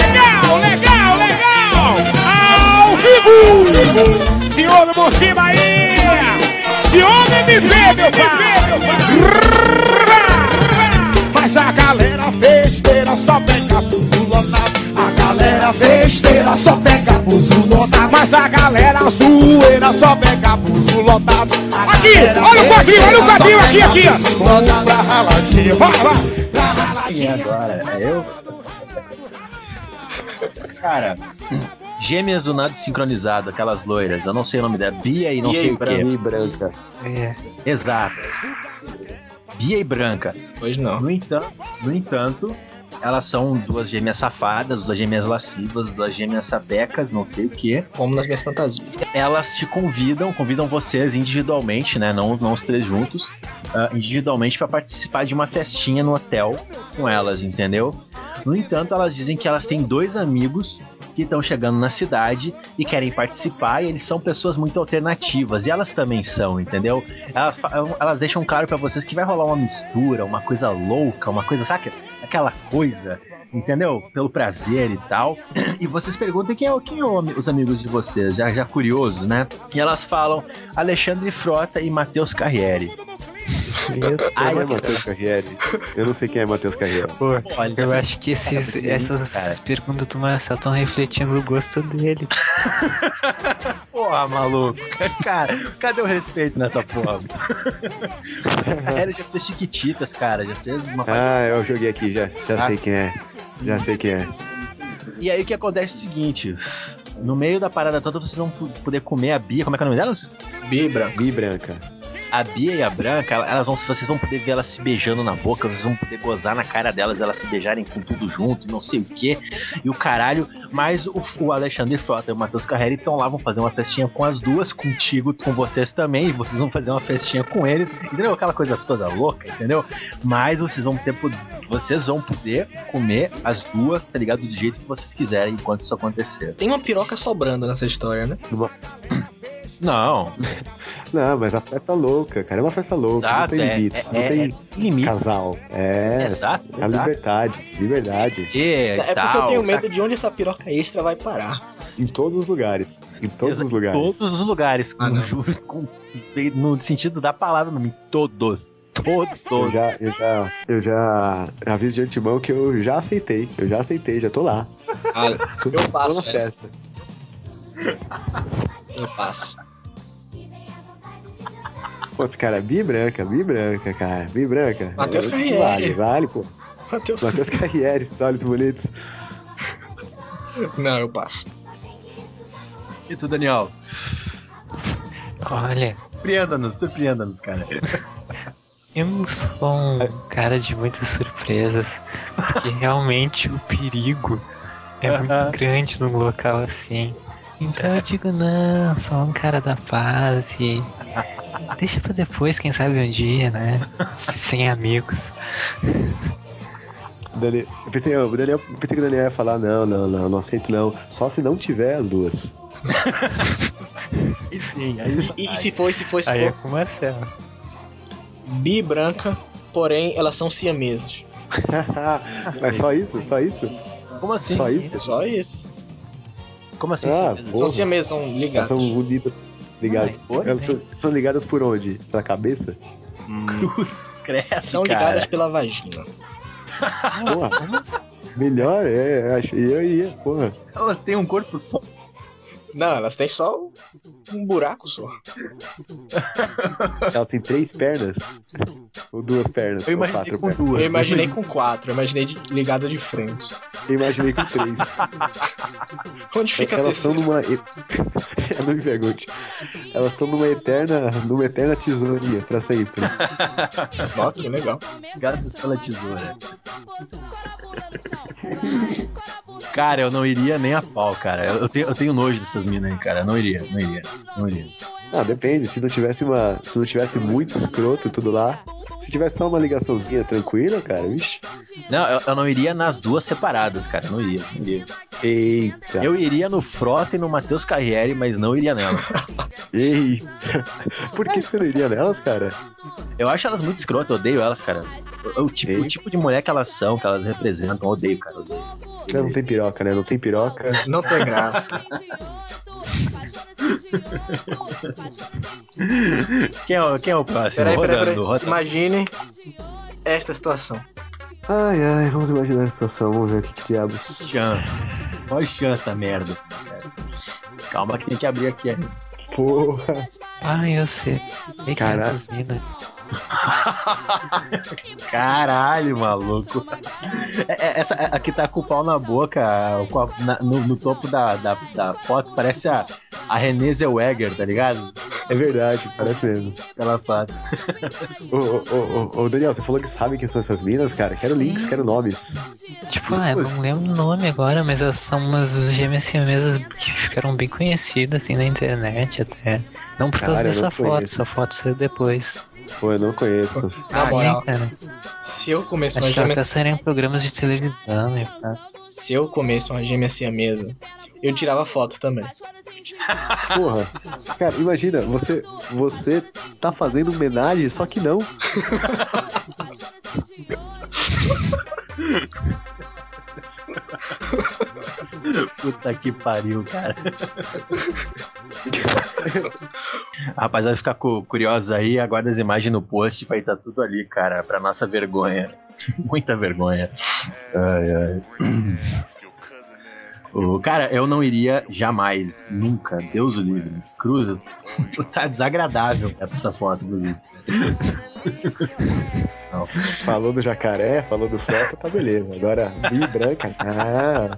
Legal, legal, legal! Ao vivo! Senhor Moci Bahia! Senhor MV, meu pai! Mas a galera festeira só pega buzulonado. A galera festeira só pega buzulonado. Mas a galera zoeira só pega buzulonado. Aqui, olha o quadrinho, olha o quadrinho aqui, aqui, ó. Vamos pra raladinha, vai, vai! Pra raladinha.
Quem agora? É eu? Cara, gêmeas do nada sincronizado, aquelas loiras, eu não sei o nome dela, Bia e não
Bia e
sei o
Branca.
quê.
E branca.
É.
Exato. Bia e Branca.
Pois não.
No entanto, no entanto, elas são duas gêmeas safadas, duas gêmeas lascivas, duas gêmeas sapecas, não sei o quê.
Como nas minhas fantasias.
Elas te convidam, convidam vocês individualmente, né? Não, não os três juntos, ah, individualmente pra participar de uma festinha no hotel com elas, entendeu? No entanto, elas dizem que elas têm dois amigos que estão chegando na cidade e querem participar, e eles são pessoas muito alternativas, e elas também são, entendeu? Elas, fa- é um, elas deixam claro pra vocês que vai rolar uma mistura, uma coisa louca, uma coisa, saca? Aquela coisa, entendeu? Pelo prazer e tal. E vocês perguntam quem é, o- quem é o ami- os amigos de vocês, já, já curiosos, né? E elas falam Alexandre Frota e Matheus Carriere. Ai,
Quem é Matheus Carriere? Eu não sei quem é Matheus Carriere.
Pô,
Olha,
eu acho que esses,
tá bem,
essas
cara.
perguntas do Marcel estão refletindo o gosto dele.
Porra, maluco. Cara, cadê o respeito nessa porra? Carreira já fez chiquititas, cara. Já fez uma
Ah, eu joguei aqui, já, já sei quem é. Já sei quem é.
E aí o que acontece é o seguinte: no meio da parada toda vocês vão pu- poder comer a Bia. Como é que é o nome delas?
Bibra.
Mi branca.
A Bia e a Branca, ela- elas vão, vocês vão poder ver elas se beijando na boca, vocês vão poder gozar na cara delas, elas se beijarem com tudo junto, e não sei o que, e o caralho. Mas o, o Alexandre Frota e o Matheus Carreira estão lá, vão fazer uma festinha com as duas, contigo, com vocês também, e vocês vão fazer uma festinha com eles, entendeu? Aquela coisa toda louca, entendeu? Mas vocês vão ter, pod- vocês vão poder comer as duas, tá ligado? Do jeito que vocês quiserem, enquanto isso acontecer.
Tem uma piroca sobrando nessa história, né?
Não,
Não, mas a festa louca, cara, é uma festa louca.
Exato,
não tem
é-
limites,
é-
não
é-
tem
é limite.
casal. É,
Exato,
é a
exato.
liberdade, liberdade.
É,
É porque eu
tal,
tenho
saca?
medo de onde essa piroca extra vai parar.
Em todos os lugares. Em todos os
Em
lugares.
Todos os lugares,
Ah,
com
não.
ju- com- de- no sentido da palavra, não, em todos.
Eu
Todos.
já, eu já, eu já aviso de antemão que eu já aceitei. Eu já aceitei, já tô lá.
Ah,
Tô,
Eu faço
tô na
essa.
festa.
eu passo.
Pô, cara, bi branca, bi branca, cara, bi branca.
Matheus
Eu-
Carriere.
Vale, vale, pô.
Matheus.
Matheus Carriere, esses olhos bonitos.
Não, eu passo.
E tu, Daniel?
Olha,
Surpreenda-nos, surpreenda-nos, cara.
eu não sou um cara de muitas surpresas, porque realmente o perigo é muito grande num local assim. Então eu digo, não, sou um cara da paz e. Deixa pra depois, quem sabe um dia, né? Se- Sem amigos.
Dani- eu pensei, eu- o Daniel, eu pensei que o Daniel ia falar, não, não, não, não aceito não. Só se não tiver as duas.
E sim, aí
E, e se for, se for, se
Aí é
for.
com o Marcelo.
Bi branca, porém elas são siamesas.
Mas É só isso? Só isso?
Como assim?
Só isso?
Só É isso.
Como assim?
Ah,
sim?
Porra.
São siamesas, são
Elas
ligadas.
são unidas. Ligadas.
Mas, porra,
Elas são, são ligadas por onde? Pela cabeça?
Hum.
Cruz, credo,
São
cara.
ligadas pela vagina.
Ah,
Porra. Melhor, é, eu acho. E eu ia, porra.
Elas têm um corpo só.
Não, elas têm só um buraco só.
Elas têm três pernas? Ou duas pernas?
Eu
ou
imaginei
quatro
com
pernas?
duas.
Eu imaginei com quatro, eu imaginei de- ligada de frente.
Eu imaginei com três.
Onde fica a
Elas
terceira?
estão numa. e- não me pergunte. Elas estão numa eterna. numa eterna tesourinha pra sempre.
Ó, que legal.
Gato pela tesoura. Cara, eu não iria nem a pau, cara. Eu, eu tenho, eu tenho nojo dessas minas aí, cara. Eu Não iria, não iria, não iria.
Ah, depende. Se não tivesse uma. Se não tivesse muito escroto e tudo lá. Se tivesse só uma ligaçãozinha tranquila, cara, vixi.
Não, eu, eu não iria nas duas separadas, cara. Eu Não iria, não iria.
É.
Eita.
Eu iria no Frota e no Matheus Carriere, mas não iria nela.
Eita. Por que você não iria nelas, cara?
Eu acho elas muito escrotas, eu odeio elas, cara. Eu- eu, tipo- o tipo de mulher que elas são, que elas representam, eu odeio, cara. eu odeio.
Elas não tem piroca, né? Não tem piroca.
Não tem graça.
Quem é, o- quem é o próximo?
Peraí, peraí,
rodando,
peraí.
rodando.
Imagine esta situação.
Ai, ai, vamos imaginar a situação, vamos ver o que, que diabos.
chance. Qual chance essa merda? Calma que tem que abrir aqui. hein?
Porra.
Ah, eu sei. Ei, cara,
Caraca.
essas minas.
Caralho, maluco. É- é- Essa é- a que tá com o pau na boca, com a- na- no, no topo da, da, da foto, parece a, a Renée Zellweger, tá ligado?
É verdade, parece mesmo.
Ela faz.
Ô, ô, ô, ô, Daniel, você falou que sabe quem são essas minas, cara? Quero
Sim.
links, quero nomes.
Tipo, ah, eu não lembro o nome agora, mas elas são umas gêmeas siamesas que ficaram bem conhecidas assim na internet até. Não por causa
Cara, eu
dessa
não
foto,
conheço.
essa foto saiu depois.
Pô, eu não conheço.
Na moral,
Sim, cara.
se eu começo uma
Acho que tá- elas
gêmea,
até saíram em programas de televisão e pá.
se eu começo uma gêmea siamesa, eu tirava foto também.
Porra. Cara, imagina, você, você tá fazendo homenagem, só que não.
Puta que pariu, cara. Rapaziada, fica cu- curioso aí, aguarda as imagens no post, vai estar tudo ali, cara, pra nossa vergonha. Muita vergonha. Ai, ai. Ô, cara, eu não iria jamais, nunca, Deus o livre. Cruza, tá desagradável essa foto, inclusive.
Falou do jacaré, falou do foto, tá beleza. Agora, bi branca. Ah.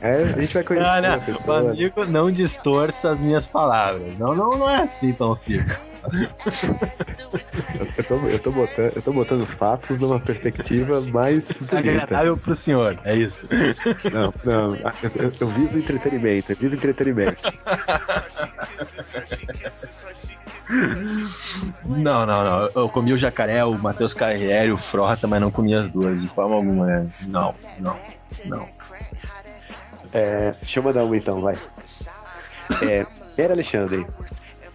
É, a gente vai conhecer
Cara,
a pessoa.
Ah, amigo, não distorça as minhas palavras. Não, não, não é assim tão simples.
Eu tô, eu, tô botando, eu tô botando os fatos numa perspectiva mais
É
bonita.
Agradável pro senhor, é isso.
Não, não. Eu, eu viso entretenimento, eu viso entretenimento.
Não, não, não. Eu comi o jacaré, o Matheus Carriere, o Frota, mas não comi as duas de forma alguma. né? Não, não, não.
É, deixa eu mandar um então, vai. É, Pera Alexandre,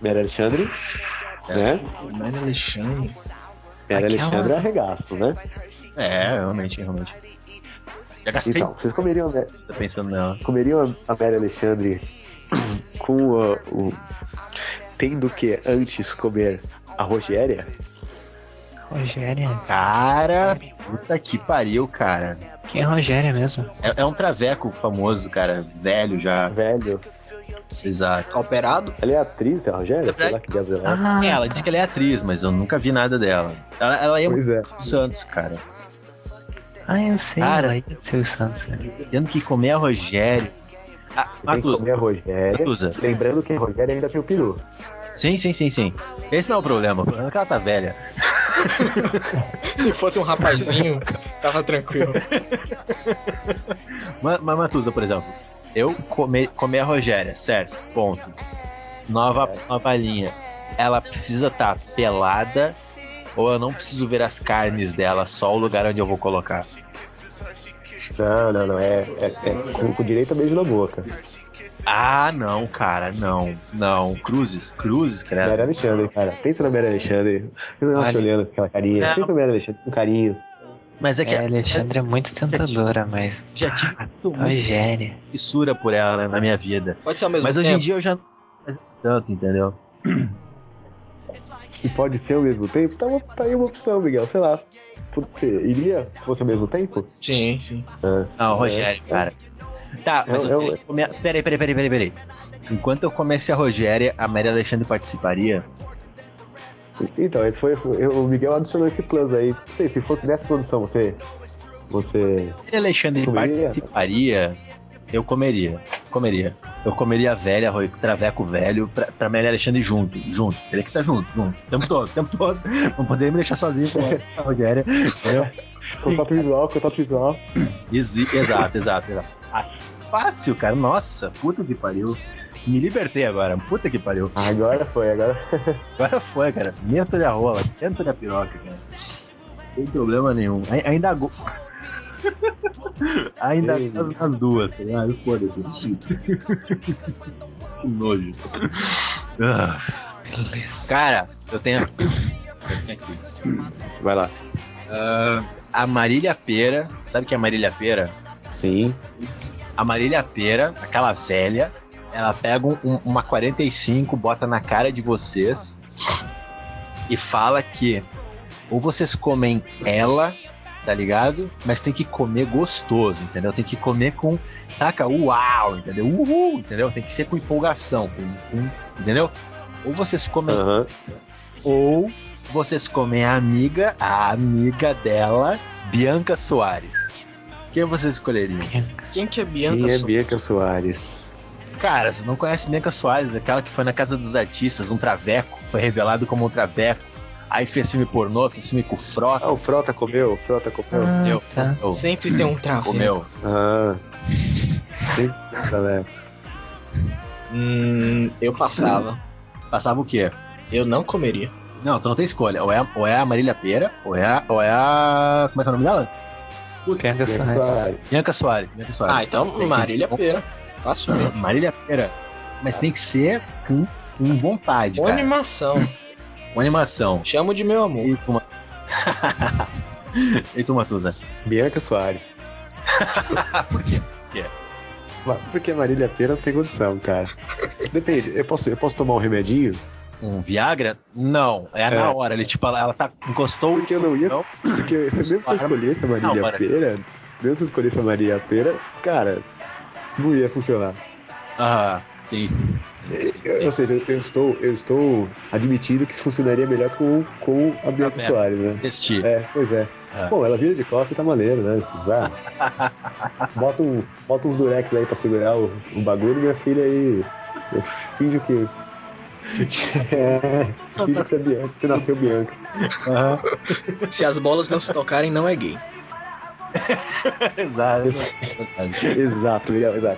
Mera Alexandre, né?
Mano Alexandre.
Mera
Aquela-
Alexandre é arregaço, né?
É, realmente, realmente. Já gastei
Então, vocês comeriam, né?
tá pensando nela.
comeriam a, a Mary Alexandre com o, o- tendo que antes comer a Rogéria?
Rogéria?
Cara, puta que pariu, cara.
Quem é Rogéria mesmo?
É, é um traveco famoso, cara, velho já.
Velho,
Exato.
Operado?
ela é atriz, é a Rogéria? Sei lá que diabos ela é.
Ah,
É, ela diz que ela é atriz, mas eu nunca vi nada dela. Ela, ela é muito
Pois é.
Santos, cara.
ah, eu sei.
Cara.
Ela é do Silvio Santos. né?
Tendo que comer a Rogério. Ah,
Tem que
Matuza.
comer a Rogéria.
Matuza.
Lembrando que a Rogéria ainda tem o peru.
Sim, sim, sim, sim. Esse não é o problema. O problema é que ela tá velha.
Se fosse um rapazinho, tava tranquilo.
Ma- Mas Matuza, por exemplo. Eu come- comer a Rogéria, certo? Ponto. Nova, nova linha. Ela precisa estar pelada ou eu não preciso ver as carnes dela, só o lugar onde eu vou colocar.
Não, não, não. É, é, é com, com direito a beijo na boca.
Ah, não, cara, não, não. Cruzes, cruzes,
É.
cara.
Alexandre, cara. Pensa na Mary Alexandre. Eu não te olhando com aquela carinha.
Não.
Pensa na Mary Alexandre com carinho.
Mas é que
É, Alexandre é muito tentadora, mas.
já tive muita
Rogéria.
fissura por ela né, na minha vida.
Pode ser ao mesmo
Mas hoje
um tempo.
em dia eu já não faço tanto, entendeu?
Se pode ser ao mesmo tempo, tá, uma- tá aí uma opção, Miguel. Sei lá. Você iria se fosse ao mesmo tempo?
Sim, sim.
é.
Não, Rogério, cara. Tá, mas
Eu-
eu,
eu-
eu, comer... peraí, peraí, peraí, peraí, peraí. Enquanto eu comesse a Rogéria, a Maria Alexandre participaria?
Então, esse foi. eu- O Miguel adicionou esse plus aí. Não sei, se fosse nessa produção, você. Você.
Maria Alexandre
Comeria?
participaria, eu comeria. Comeria. Eu comeria a velha, arroz- traveco velho, pra, pra Maria Alexandre junto, junto. Teria que estar junto, junto. O tempo todo, o tempo todo. Não poderia me deixar sozinho com a Rogéria, entendeu?
Contato visual, contato visual.
Ex- exato, exato, exato. Ah, fácil, cara. Nossa, puta que pariu. Me libertei agora, puta que pariu.
Agora foi, agora.
Agora foi, cara. Dentro da rola, dentro da piroca, cara. Sem problema nenhum. Ai- ainda. go- ainda
Ei.
as, as duas, tá ligado? Foda-se. que nojo. Ah. Cara, eu tenho. eu tenho aqui.
Vai lá.
Ah, a Marília Pera. Sabe que é a Marília Pera?
Sim.
A Marília Pera, aquela velha, ela pega um- uma 45, bota na cara de vocês e fala que ou vocês comem ela, tá ligado? Mas tem que comer gostoso, entendeu? Tem que comer com, saca? Uau, entendeu? Uhul, entendeu? Tem que ser com empolgação, com- com- entendeu? Ou vocês comem
Aham.
ou vocês comem a amiga, a amiga dela, Bianca Soares. Quem vocês escolheriam?
Quem que é Bianca?
Quem é
Su-
Bianca Soares?
Cara, você não conhece Bianca Soares, aquela que foi na Casa dos Artistas, um traveco, foi revelado como um traveco. Aí fez filme pornô, fez filme com frota.
Ah, o Frota comeu? O Frota comeu?
Ah,
meu,
tá.
meu,
Sempre tem um travo.
comeu.
Ah. Sim, galera.
Hum, eu passava.
Passava o quê?
Eu não comeria.
Não, tu não tem escolha. Ou é, ou é a Marília Pera, ou é, a- ou é a. Como é que é o nome dela?
Bianca
Bianca
Soares.
Soares.
Bianca Soares. Bianca Soares.
Ah, então Marília Pera. Fácil.
Não, Marília Pera. Mas tem que ser com, com vontade,
Boa
cara.
animação.
Com animação.
Chamo de meu amor.
E tu, Ma- e tu Matuza?
Bianca Soares.
Por quê?
Ma- Porque Marília Pera não tem condição, cara. Depende, eu posso, eu posso tomar um remedinho?
Um Viagra? Não, é, na hora. Ele, tipo, ela, ela tá, encostou
Porque eu não ia.
Não.
Porque se mesmo se eu escolhesse a
Não,
Marília
bora.
Pera, mesmo se eu escolhesse a Marília Pera, cara, não ia funcionar.
Ah, sim.
Eu- ou seja, eu estou, eu estou admitindo que funcionaria melhor com, com a Bianca
Pera.
Soares, né?
Este.
É, pois é.
Ah.
Bom, ela vira de costas e tá maneiro, né? Vai. Bota, um, bota uns durex aí pra segurar o, o bagulho, minha filha aí. Eu finge que. É, finge que você é Bianca, que você nasceu Bianca.
Se as bolas não se tocarem, não é gay.
É
Exato.
Exato, legal, exato.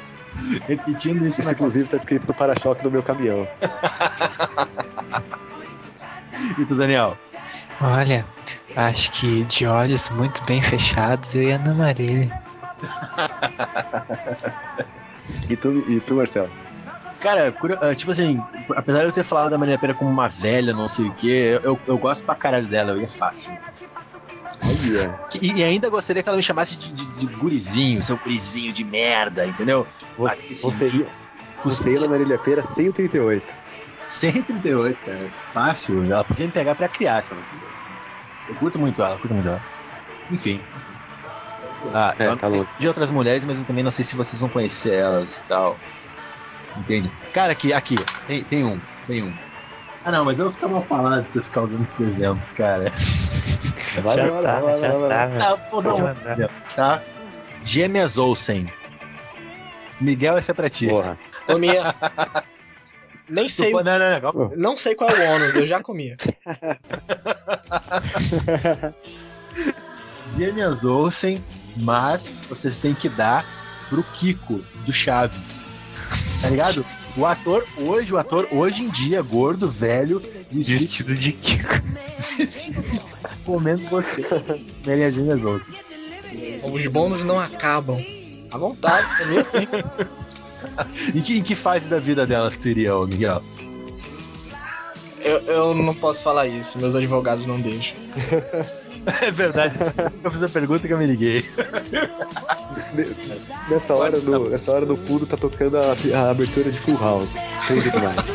Repetindo isso
Isso,
na
inclusive, tá escrito no para-choque do meu caminhão.
E tu, Daniel?
Olha, acho que de olhos muito bem fechados eu ia na Marília.
E tu, e tu Marcelo?
Cara, curio- ah, tipo assim, apesar de eu ter falado da Maria Pera como uma velha, não sei o que, eu, eu, eu gosto pra caralho dela, eu ia fácil.
Olha.
E, e ainda gostaria que ela me chamasse de, de, de gurizinho, seu gurizinho de merda, entendeu? Patrícia.
Você ia. Você ia na Marília Pera 138.
138, cara, fácil. Ela podia me pegar pra né? criar, se ela quisesse. Eu curto muito ela, curto muito ela. Enfim. Ah,
É,
eu-
tá louco.
de outras mulheres, mas eu também não sei se vocês vão conhecer elas e tal. Entende? Cara, aqui, aqui, tem, tem um, tem um. Ah não, mas eu vou ficar mal falado se eu ficar usando esses exemplos, cara.
Vai,
já
vai,
tá,
vai,
já
vai, vai.
tá.
Ah,
velho.
vou dar
Pode
um
mandar.
exemplo, tá? Gêmeas Olsen. Miguel, essa é pra ti.
Porra.
Ô, minha. Nem sei,
Não, não, não, calma.
não sei qual é o ônus, eu já comia.
Gêmeas Olsen, mas vocês têm que dar pro Kiko do Chaves. Tá ligado? O ator hoje, o ator hoje em dia, gordo, velho, vestido
Vestido de Kiko.
comendo você. Verem as Gêmeas Olsen.
Os bônus não acabam. À vontade, comia sim.
E que, em que fase da vida delas seria, ô Miguel?
Eu, eu não posso falar isso, meus advogados não deixam.
É verdade. Eu fiz a pergunta que eu me liguei.
Ne- Nessa hora, do, nessa hora do fundo tá tocando a, a abertura de Full House. Tudo demais.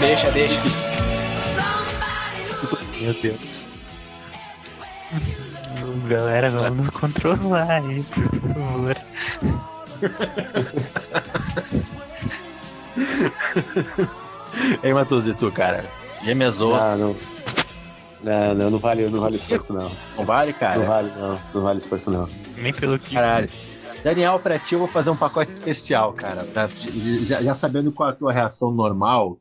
Deixa, deixa.
Meu Deus.
Galera, vamos nos controlar aí, por favor.
Ei, Matheus, e tu, cara? Gêmeas Olsen.
Ah, não. Não, não, não vale, não vale esforço, não.
Não vale,
Ah, Não
cara?
vale, não. Não vale esforço, não.
Nem pelo que.
Caralho. Daniel, pra ti eu vou fazer um pacote especial, cara. Pra- já, já sabendo qual é a tua reação normal,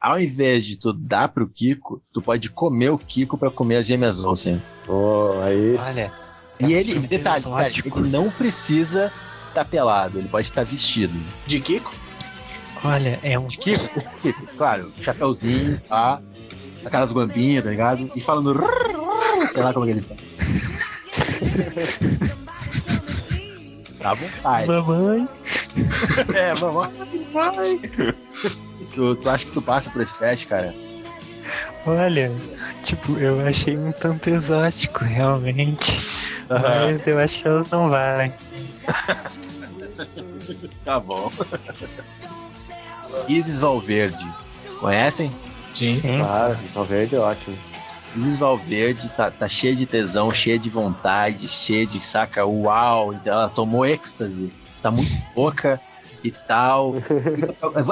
ao invés de tu dar pro Kiko, tu pode comer o Kiko pra comer as gêmeas Olsen.
Oh, aí.
Olha. um
E ele,
Filme
detalhe, cara,
exótico.
ele não precisa estar pelado, ele pode estar vestido.
De Kiko?
Olha, é um.
De Kiko, Kiko, claro, chapéuzinho, tá? Aquelas guambinhas, tá ligado? E falando. "Rrrr", Sei lá como é que ele fala. Tá à vontade.
Mamãe.
É, vamos. Tu, tu acha que tu passa por esse teste, cara?
Olha, tipo, eu achei um tanto exótico, realmente.
Aham.
Mas eu acho que elas não valem.
Tá bom. Isis Valverde. Conhecem?
Sim.
Hum?
Sim.
Claro, o verde é ótimo.
Isis Valverde tá, tá cheia de tesão, cheia de vontade, cheia de, saca, uau. então Ela tomou êxtase. Tá muito louca e tal.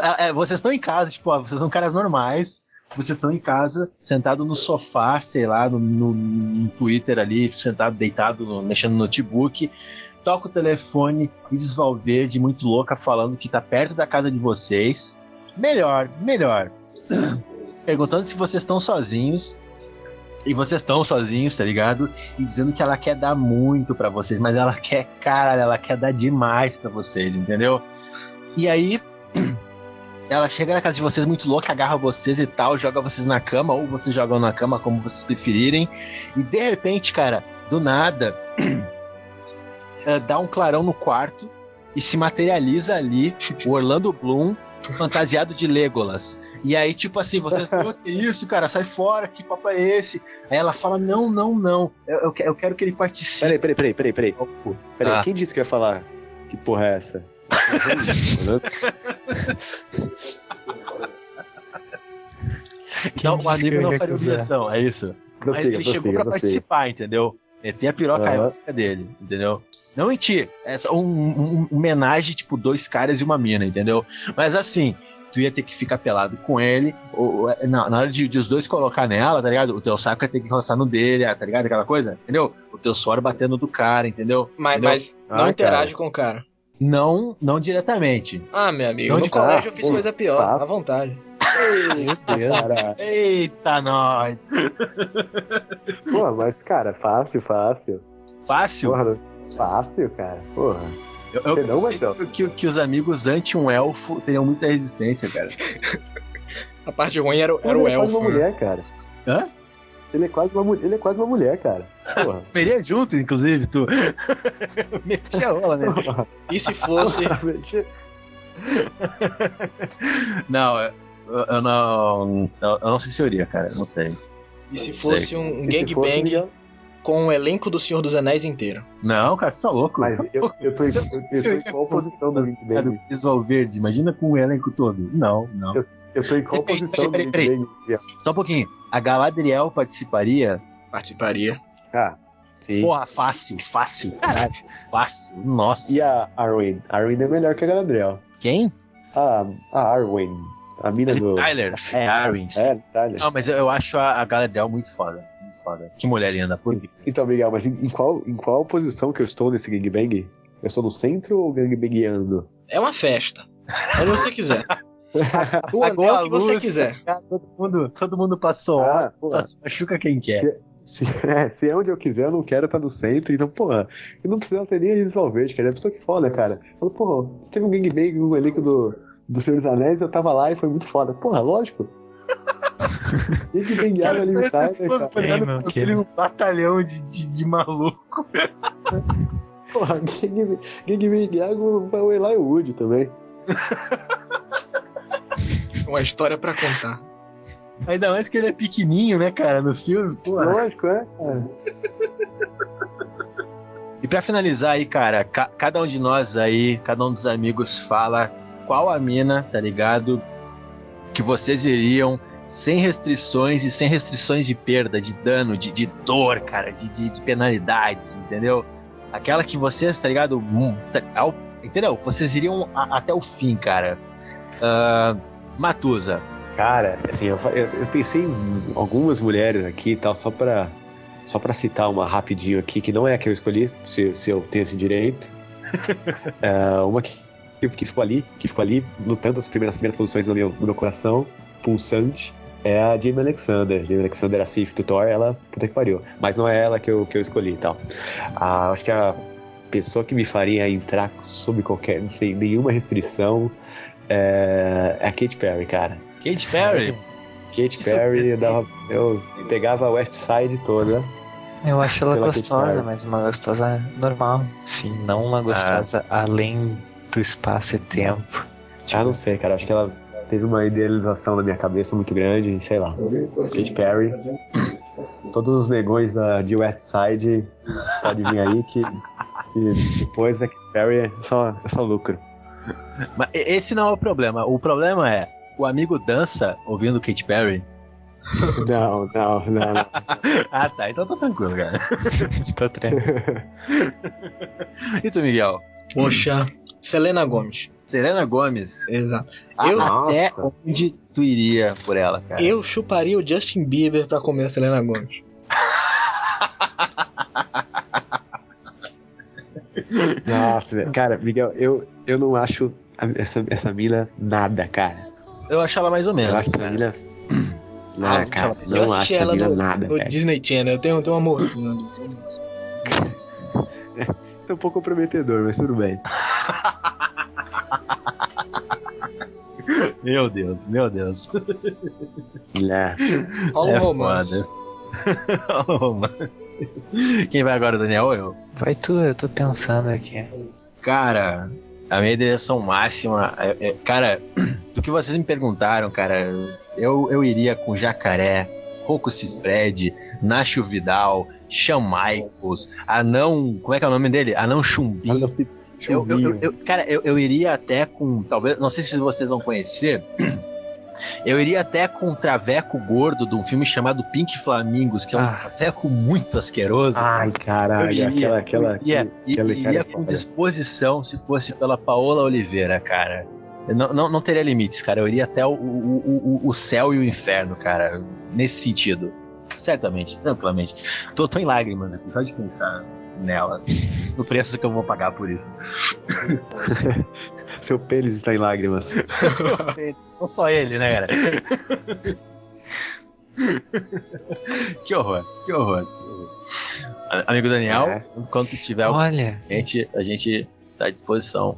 É, é, Vocês estão em casa, tipo, ó, vocês são caras normais. Vocês estão em casa, sentado no sofá, sei lá, no, no- no Twitter ali, sentado, deitado, no- mexendo no notebook. Toca o telefone, Isis Valverde, muito louca, falando que tá perto da casa de vocês. Melhor, melhor. Perguntando se vocês estão sozinhos. E vocês estão sozinhos, tá ligado? E dizendo que ela quer dar muito pra vocês, mas ela quer, caralho, ela quer dar demais pra vocês, entendeu? E aí, ela chega na casa de vocês muito louca, agarra vocês e tal, joga vocês na cama, ou vocês jogam na cama, como vocês preferirem. E de repente, cara, do nada, eh, dá um clarão no quarto e se materializa ali o Orlando Bloom fantasiado de Legolas. E aí, tipo assim, vocês falam, "Ô, que isso, cara, sai fora, que papo é esse? Aí ela fala, não, não, não, eu, eu que- eu quero que ele participe.
Peraí, peraí, peraí, peraí, peraí. Peraí,
Ah.
quem disse que ia falar? Que porra é essa?
Não,
Quem
o
disse que
amigo
eu
não
ia
faria
acusar?
objeção, é isso. Mas
Prossiga,
ele chegou pra
prossiga, prossiga.
participar, entendeu? Meter a piroca
Aham.
erótica dele, entendeu? Não em ti. É só um, um- um homenagem, tipo, dois caras e uma mina, entendeu? Mas assim, tu ia ter que ficar pelado com ele. Ou, ou, é, na, na hora de, de os dois colocar nela, tá ligado? O teu saco ia ter que roçar no dele, ah, tá ligado? Aquela coisa, entendeu? O teu suor batendo do cara, entendeu?
Mas,
Entendeu?
mas não
Ah,
interage com o cara.
Não, não diretamente.
Ah, meu amigo,
Não
no
de-
colégio
ah,
eu fiz
pô,
coisa pior,
tá.
à vontade.
Cara,
Eita, nós!
Porra, mas cara, fácil, fácil.
Fácil?
Porra, fácil, cara. Porra.
Eu, eu
Você não, então.
percebo que, que os amigos anti um elfo tenham muita resistência, cara.
A parte ruim era, o- era o
Ele é quase
elfo.
uma
né?
mulher, cara.
Hã?
Ele é quase uma, mu- ele é quase uma mulher, cara. Porra.
Comeria junto, inclusive, tu. Mexia a rola, né?
E se fosse.
Não, eu, eu não. Eu eu não sei se eu iria, cara. eu Não sei.
e se fosse um, um
E se fosse-
gangbang com o elenco do Senhor dos Anéis inteiro?
Não, cara, tu tá louco.
Mas eu, eu tô em, eu, eu tô em qual posição do Link
Cara,
Bang?
o visual verde, imagina com o elenco todo. Não, não.
Eu tô em qual
Peraí,
posição do
peraí,
Link
peraí.
Bang?
Só um pouquinho. A Galadriel participaria?
Participaria.
Ah, sim.
Porra, fácil, fácil. Caralho, fácil. Nossa.
E a Arwen? A Arwen é melhor que a Galadriel.
Quem?
Ah, a Arwen. A mina do.
Tyler. É, Arwen.
É, Tyler.
Não, mas eu, eu acho a, a Galadriel muito foda. Muito foda. Que mulher linda. Por quê?
Então, Miguel, mas em, em qual, em qual posição que eu estou nesse gangbang? Eu estou no centro ou gangbangueando?
É uma festa. É o que você quiser. Do
Apagou
anel
a
que você
luz.
quiser.
Ah, Todo mundo, todo mundo passou.
Ah,
ó,
porra.
só se machuca quem quer.
Se é, se é onde eu quiser, eu não quero estar no centro, então, porra, eu não precisava ter nem a Gisela Verde, cara. É a pessoa que foda, cara. Falou, porra, teve um gangbang no elenco do, do Senhor dos Anéis, eu tava lá e foi muito foda. Porra, lógico. Gangbangueado ali no Tyler, cara.
Quem não quer?
um batalhão de, de, de maluco.
Porra, gangbang- gangbangueado vai o Eli Wood também.
Uma história pra contar.
Ainda mais que ele é pequenininho, né, cara, no filme. Porra.
Lógico, é, cara.
E pra finalizar aí, cara, ca- cada um de nós aí, cada um dos amigos fala qual a mina, tá ligado? Que vocês iriam sem restrições e sem restrições de perda, de dano, de, de dor, cara, de, de, de penalidades, entendeu? Aquela que vocês, tá ligado? Hum, tá- ao- entendeu? Vocês iriam a- até o fim, cara. Ah, Matusa.
Cara, assim, eu, fa- eu- eu pensei em algumas mulheres aqui e tal, só pra, só pra citar uma rapidinho aqui, que não é a que eu escolhi, se, se eu tenho esse direito. É, uma que, que ficou ali, que ficou ali, lutando as primeiras, primeiras posições no meu, no meu coração, pulsante, é a Jamie Alexander. Jamie Alexander, a Sif Tutor, ela, puta que pariu. Mas não é ela que eu, que eu escolhi e tal. Ah, acho que a pessoa que me faria entrar sob qualquer, sem nenhuma restrição é, é a Kate Perry, cara.
Kate Perry.
Kate
Isso
Perry,
é-
eu, dava, eu pegava a West Side toda.
Eu acho ela
Pela
gostosa,
quantidade.
mas uma gostosa normal. Ah. Sim, não uma gostosa além do espaço e tempo.
Ah, não sei, cara. Acho que ela teve uma idealização na minha cabeça muito grande, sei lá. Kate Perry. Todos os negões da, de West Side pode vir aí que, que depois da Kate Perry é só, é só lucro.
Mas e- esse não é o problema. O problema é o amigo dança ouvindo Kate Perry.
Não, não, não. não.
ah, tá. Então tá tranquilo, cara.
Tô tremendo.
E tu, Miguel?
Poxa. Selena Gomes.
Serena Gomes.
Exato.
A-
Eu-
Até
Nossa.
onde tu iria por ela, cara?
Eu chuparia o Justin Bieber pra comer a Selena Gomes.
Nossa, velho. cara, Miguel, eu, eu não acho a- essa, essa mina nada, cara.
Eu acho ela mais ou menos.
Eu acho essa mina.
Ah,
Nada, né, cara.
eu
Não acho
assisti
essa
ela
mina
no,
nada,
no
velho.
Disney Channel. Eu tenho, tenho um amorzinho ali. tenho um amorzinho.
É um pouco comprometedor, mas tudo bem. é-
Meu Deus, meu Deus.
Né?
Rola um
É
romance.
foda. Rola um romance. Quem vai agora, Daniel? Ou eu?
Vai tu, eu tô pensando aqui.
Cara, a minha direção máxima. é- é- cara, do que vocês me perguntaram, cara, eu, eu iria com Jacaré, Rocco Cifred, Nacho Vidal, Shawn Michaels, Anão. Como é que é o nome dele? Anão Chumbinho. Eu, eu- eu- eu- cara, eu, eu iria até com. Talvez. Não sei se vocês vão conhecer. Eu iria até com o Traveco Gordo de um filme chamado Pink Flamingos, que é um
Ah.
traveco muito asqueroso.
Ai,
Eu
caralho,
iria,
aquela, aquela,
eu iria,
aquele-
e-
aquela
iria
cara é
com
foda.
disposição se fosse pela Paola Oliveira, cara. Eu não, não, não teria limites, cara. Eu iria até o, o, o, o céu e o inferno, cara. Nesse sentido. Certamente, tranquilamente. Tô, tô em lágrimas aqui, só de pensar nela. No preço que eu vou pagar por isso.
Seu pênis está em lágrimas.
Não só ele, né, cara? que horror, que horror. que horror. A- Amigo Daniel,
É.
enquanto tiver algum
Olha,
cliente, a gente tá à disposição.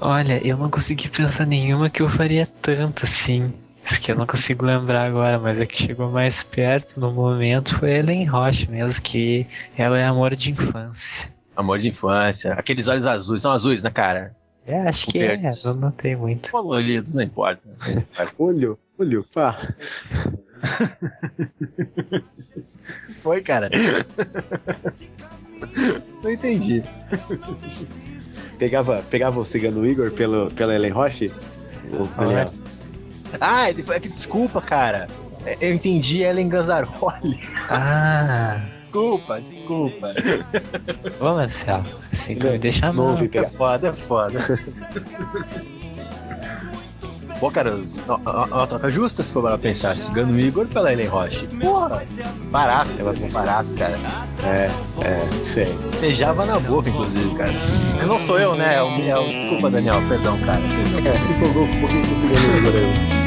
olha, eu não consegui pensar nenhuma que eu faria tanto assim. Porque eu não consigo lembrar agora, mas a que chegou mais perto no momento foi Ellen Roche mesmo, que ela é amor de infância.
Amor de infância. Aqueles olhos azuis, são azuis, né, cara?
É, acho que é,
Verdes.
eu não tenho muito.
Coloridos, não importa.
Olho, olho, pá.
Foi, cara. não entendi.
Pegava, pegava o cigano Igor pelo, pela Ellen Roche? Ô, Daniel.
Ah, ele foi. é que Desculpa, cara. É, Eu entendi Ellen Ganzaroli.
Ah,
Desculpa, desculpa.
ô Marcelo, assim tu me
Não
deixa mal.
ouvi
É
pegar.
foda, é foda. Pô, cara, ó, ó, ó, troca justa se for para pensar. Cigano Igor pela Ellen Roche. Porra, barato, ela é barato, cara.
É, é, sei.
Beijava na boca, inclusive, cara. Eu não sou eu, né? É o, é o- desculpa, Daniel, perdão, cara. Perdão.
Se empolgou um pouquinho com o cigano Igor aí.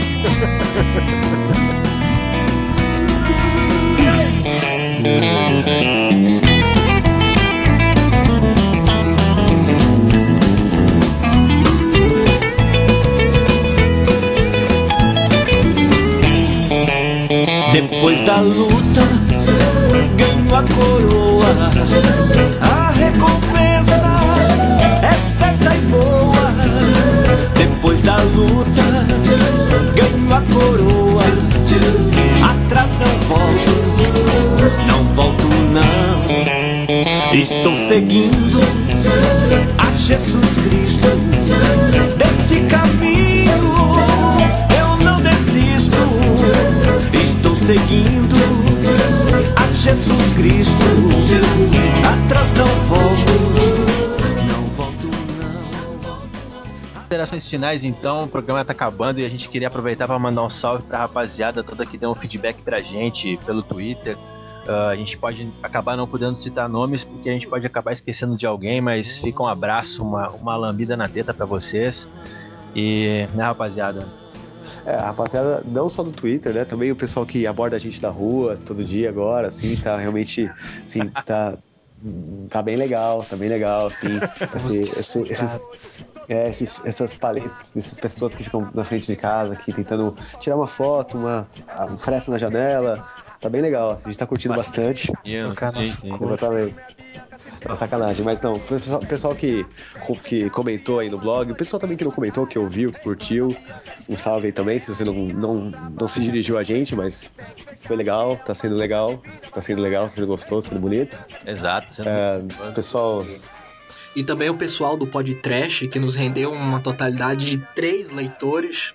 Depois da luta, ganho a coroa. A recompensa é certa e boa. Depois da luta, ganho a coroa. Atrás não volto, não volto não. Estou seguindo a Jesus Cristo. Deste caminho eu não desisto. Estou seguindo a Jesus Cristo. Atrás não volto, não volto não.
Considerações finais, então. O programa tá acabando e a gente queria aproveitar para mandar um salve pra rapaziada toda que deu um feedback pra gente pelo Twitter. Ah, a gente pode acabar não podendo citar nomes porque a gente pode acabar esquecendo de alguém, mas fica um abraço, uma, uma lambida na teta pra vocês. E, né, rapaziada?
É, a rapaziada, não só do Twitter, né? Também o pessoal que aborda a gente na rua todo dia agora, assim, tá realmente, assim, tá, tá bem legal, tá bem legal, assim. Esse, esse- esses, é, esses- essas paletas, essas pessoas que ficam na frente de casa aqui tentando tirar uma foto, uma, um fresco na janela. Tá bem legal, a gente tá curtindo bastante.
Tocar nas cores.
Exatamente. Não, sacanagem, mas não. O pessoal, o pessoal que, co- que comentou aí no blog, o pessoal também que não comentou, que ouviu, que curtiu, um salve aí também, se você não, não, não se dirigiu a gente, mas foi legal, tá sendo legal, tá sendo legal, se você gostou, sendo bonito.
Exato. Você
É, o pessoal,
E também o pessoal do Pod Trash, que nos rendeu uma totalidade de três leitores.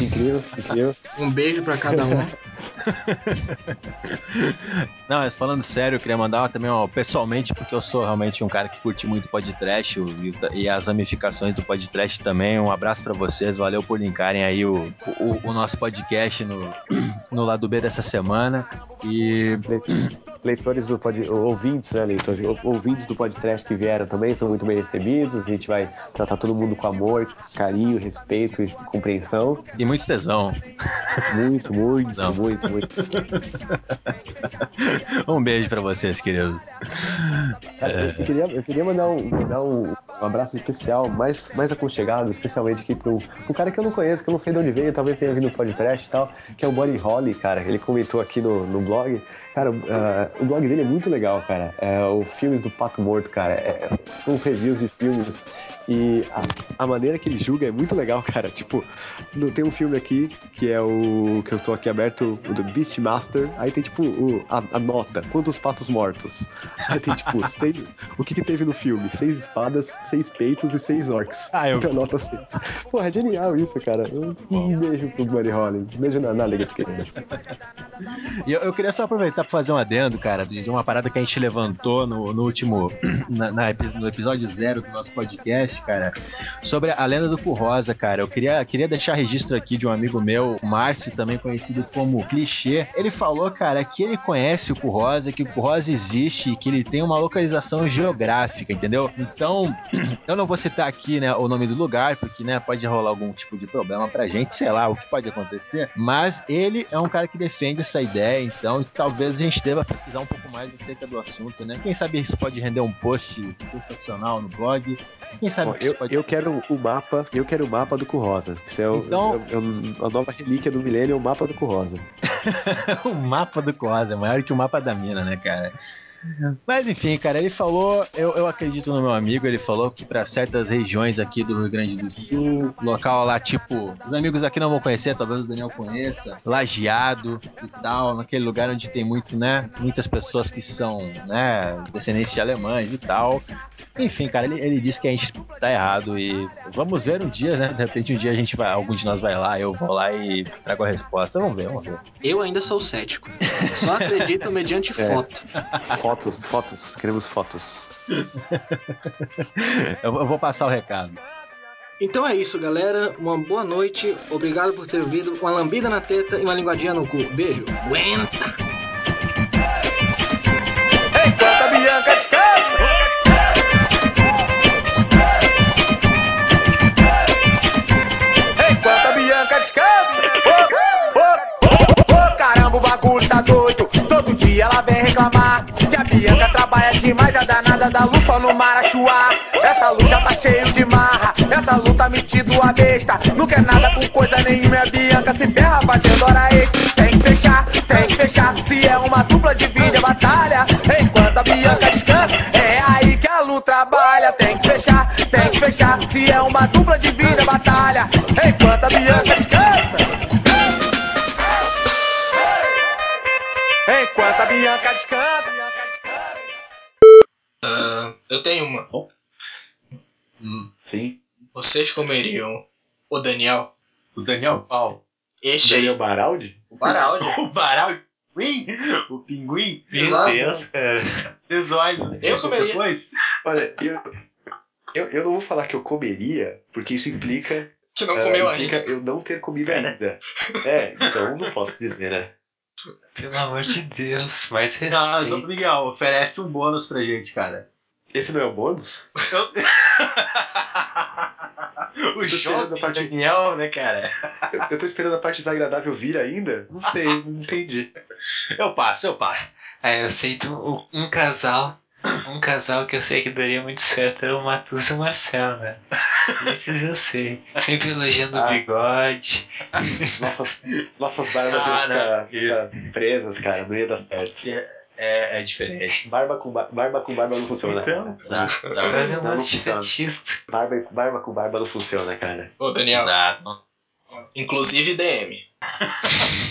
incrível, incrível.
Um beijo pra cada um.
Não, mas falando sério, eu queria mandar também, ó, pessoalmente, porque eu sou realmente um cara que curte muito podcast o- e, e as ramificações do podcast também. Um abraço pra vocês, valeu por linkarem aí o, o, o nosso podcast no, no lado B dessa semana. E
Leitores do pod, ouvintes, né, leitores, ou- ouvintes do podcast que vieram também são muito bem recebidos, a gente vai tratar todo mundo com amor, carinho, respeito e compreensão.
e muito tesão.
Muito, muito,
Não.
muito, muito.
Um beijo pra vocês, queridos.
Cara, Eu queria, eu queria mandar, um, mandar um, um abraço especial, mais, mais aconchegado, especialmente aqui pro um cara que eu não conheço, que eu não sei de onde veio, talvez tenha vindo no podcast e tal, que é o Body Holly, cara. Ele comentou aqui no, no blog. Cara, ah, o blog dele é muito legal, cara. É o Filmes do Pato Morto, cara. É, são uns reviews de filmes. E a, a maneira que ele julga é muito legal, cara. Tipo, no- tem um filme aqui que é o que eu tô aqui aberto, o do Beastmaster. Aí tem tipo o- a, a nota: quantos patos mortos? Aí tem tipo seis, o que que teve no filme? Seis espadas, seis peitos e seis orcs.
Ah, eu-
Então nota seis. Porra, é genial isso, cara. Um, um beijo pro Buddy Holly. Um beijo na, na Liga Esquerda.
E eu, eu queria só aproveitar pra fazer um adendo, cara, de de uma parada que a gente levantou no, no último. na- na epi- no episódio zero do nosso podcast, cara, sobre a lenda do Currosa, cara. Eu queria, queria deixar registro aqui de um amigo meu, o Márcio, também conhecido como Clichê. Ele falou, cara, que ele conhece o Currosa, que o Currosa existe e que ele tem uma localização geográfica, entendeu? Então, Eu não vou citar aqui né, o nome do lugar, porque né, pode rolar algum tipo de problema pra gente, sei lá o que pode acontecer. Mas ele é um cara que defende essa ideia, então talvez a gente deva pesquisar um pouco mais acerca do assunto, né? Quem sabe isso pode render um post sensacional no blog. Quem sabe
Ó,
isso
eu,
pode
eu quero o mapa, eu quero o mapa do Currosa. Isso é, o-
Então-
é o- é a nova relíquia do milênio, é o mapa do Currosa.
o mapa do Cosa é maior que o mapa da mina, né, cara? Mas enfim, cara, ele falou, eu, eu acredito no meu amigo, ele falou que pra certas regiões aqui do Rio Grande do Sul, local lá tipo, os amigos aqui não vão conhecer, talvez o Daniel conheça, Lajeado e tal, naquele lugar onde tem muito, né, muitas pessoas que são, né, descendentes de alemães e tal. Enfim, cara, ele, ele disse que a gente tá errado e vamos ver um dia, né, de repente um dia a gente vai, algum de nós vai lá, eu vou lá e trago a resposta, vamos ver, vamos ver.
Eu ainda sou cético. Só acredito mediante
É.
foto.
Fotos, fotos, queremos fotos.
Eu vou- eu vou passar o recado.
Então é isso, galera. Uma boa noite. Obrigado por ter ouvido. Uma lambida na teta e uma linguadinha no cu. Beijo. Aguenta!
Enquanto a Bianca descansa. Ô, ô, ô, ô, caramba, o bagulho tá doido. Todo dia ela vem reclamar que a Bianca trabalha demais. A danada da lufa no Marachuá. Essa luz já tá cheio de marra. Essa luta tá metido a besta. Não quer nada com coisa nenhuma. e A Bianca se ferra fazendo hora extra. Tem que fechar, tem que fechar. Se é uma dupla, divide a batalha. Enquanto a Bianca descansa, é aí que a Lu trabalha. Tem que fechar, tem que fechar. Se é uma dupla, divide a batalha. Enquanto a Bianca descansa. Enquanto a Bianca descansa.
Eu tenho uma.
Sim.
Vocês comeriam o Daniel?
O Daniel Pau.
Este aí,
Baraldi?
o Baraldi.
O Baraldi. Pinguim? O pinguim?
Exato.
cara.
Seus olhos.
Eu comeria.
Depois?
Olha, eu, eu, eu não vou falar que eu comeria, porque isso implica,
Que não
ah,
É,
comeu
implica
ainda.
eu não ter comido ainda. É, então não posso dizer, né?
Pelo amor de Deus, mais
Não, São Miguel, oferece um bônus pra gente, cara.
Esse não é o bônus?
o
tirando
shopping
a parte-
Daniel, né, cara?
Eu, eu tô esperando a parte desagradável vir ainda? Não sei, não entendi.
Eu passo, eu passo.
Ah, eu aceito um, um casal. Um casal que eu sei que daria muito certo era o Matus e o Marcelo, né? Esses eu sei. Sempre elogiando
Ah.
o bigode.
Nossas, nossas barbas iam
Ah,
ficar,
não, isso.
ficar presas, cara, não ia dar certo.
É, é diferente.
Barba com, ba- barba com barba não funciona.
Então,
Tá, tá.
Fazer um
Não, não
lance
funciona.
fetichista.
Barba, barba
Tá,
com barba não funciona, cara.
Ô, Daniel.
Exato.
Inclusive DM.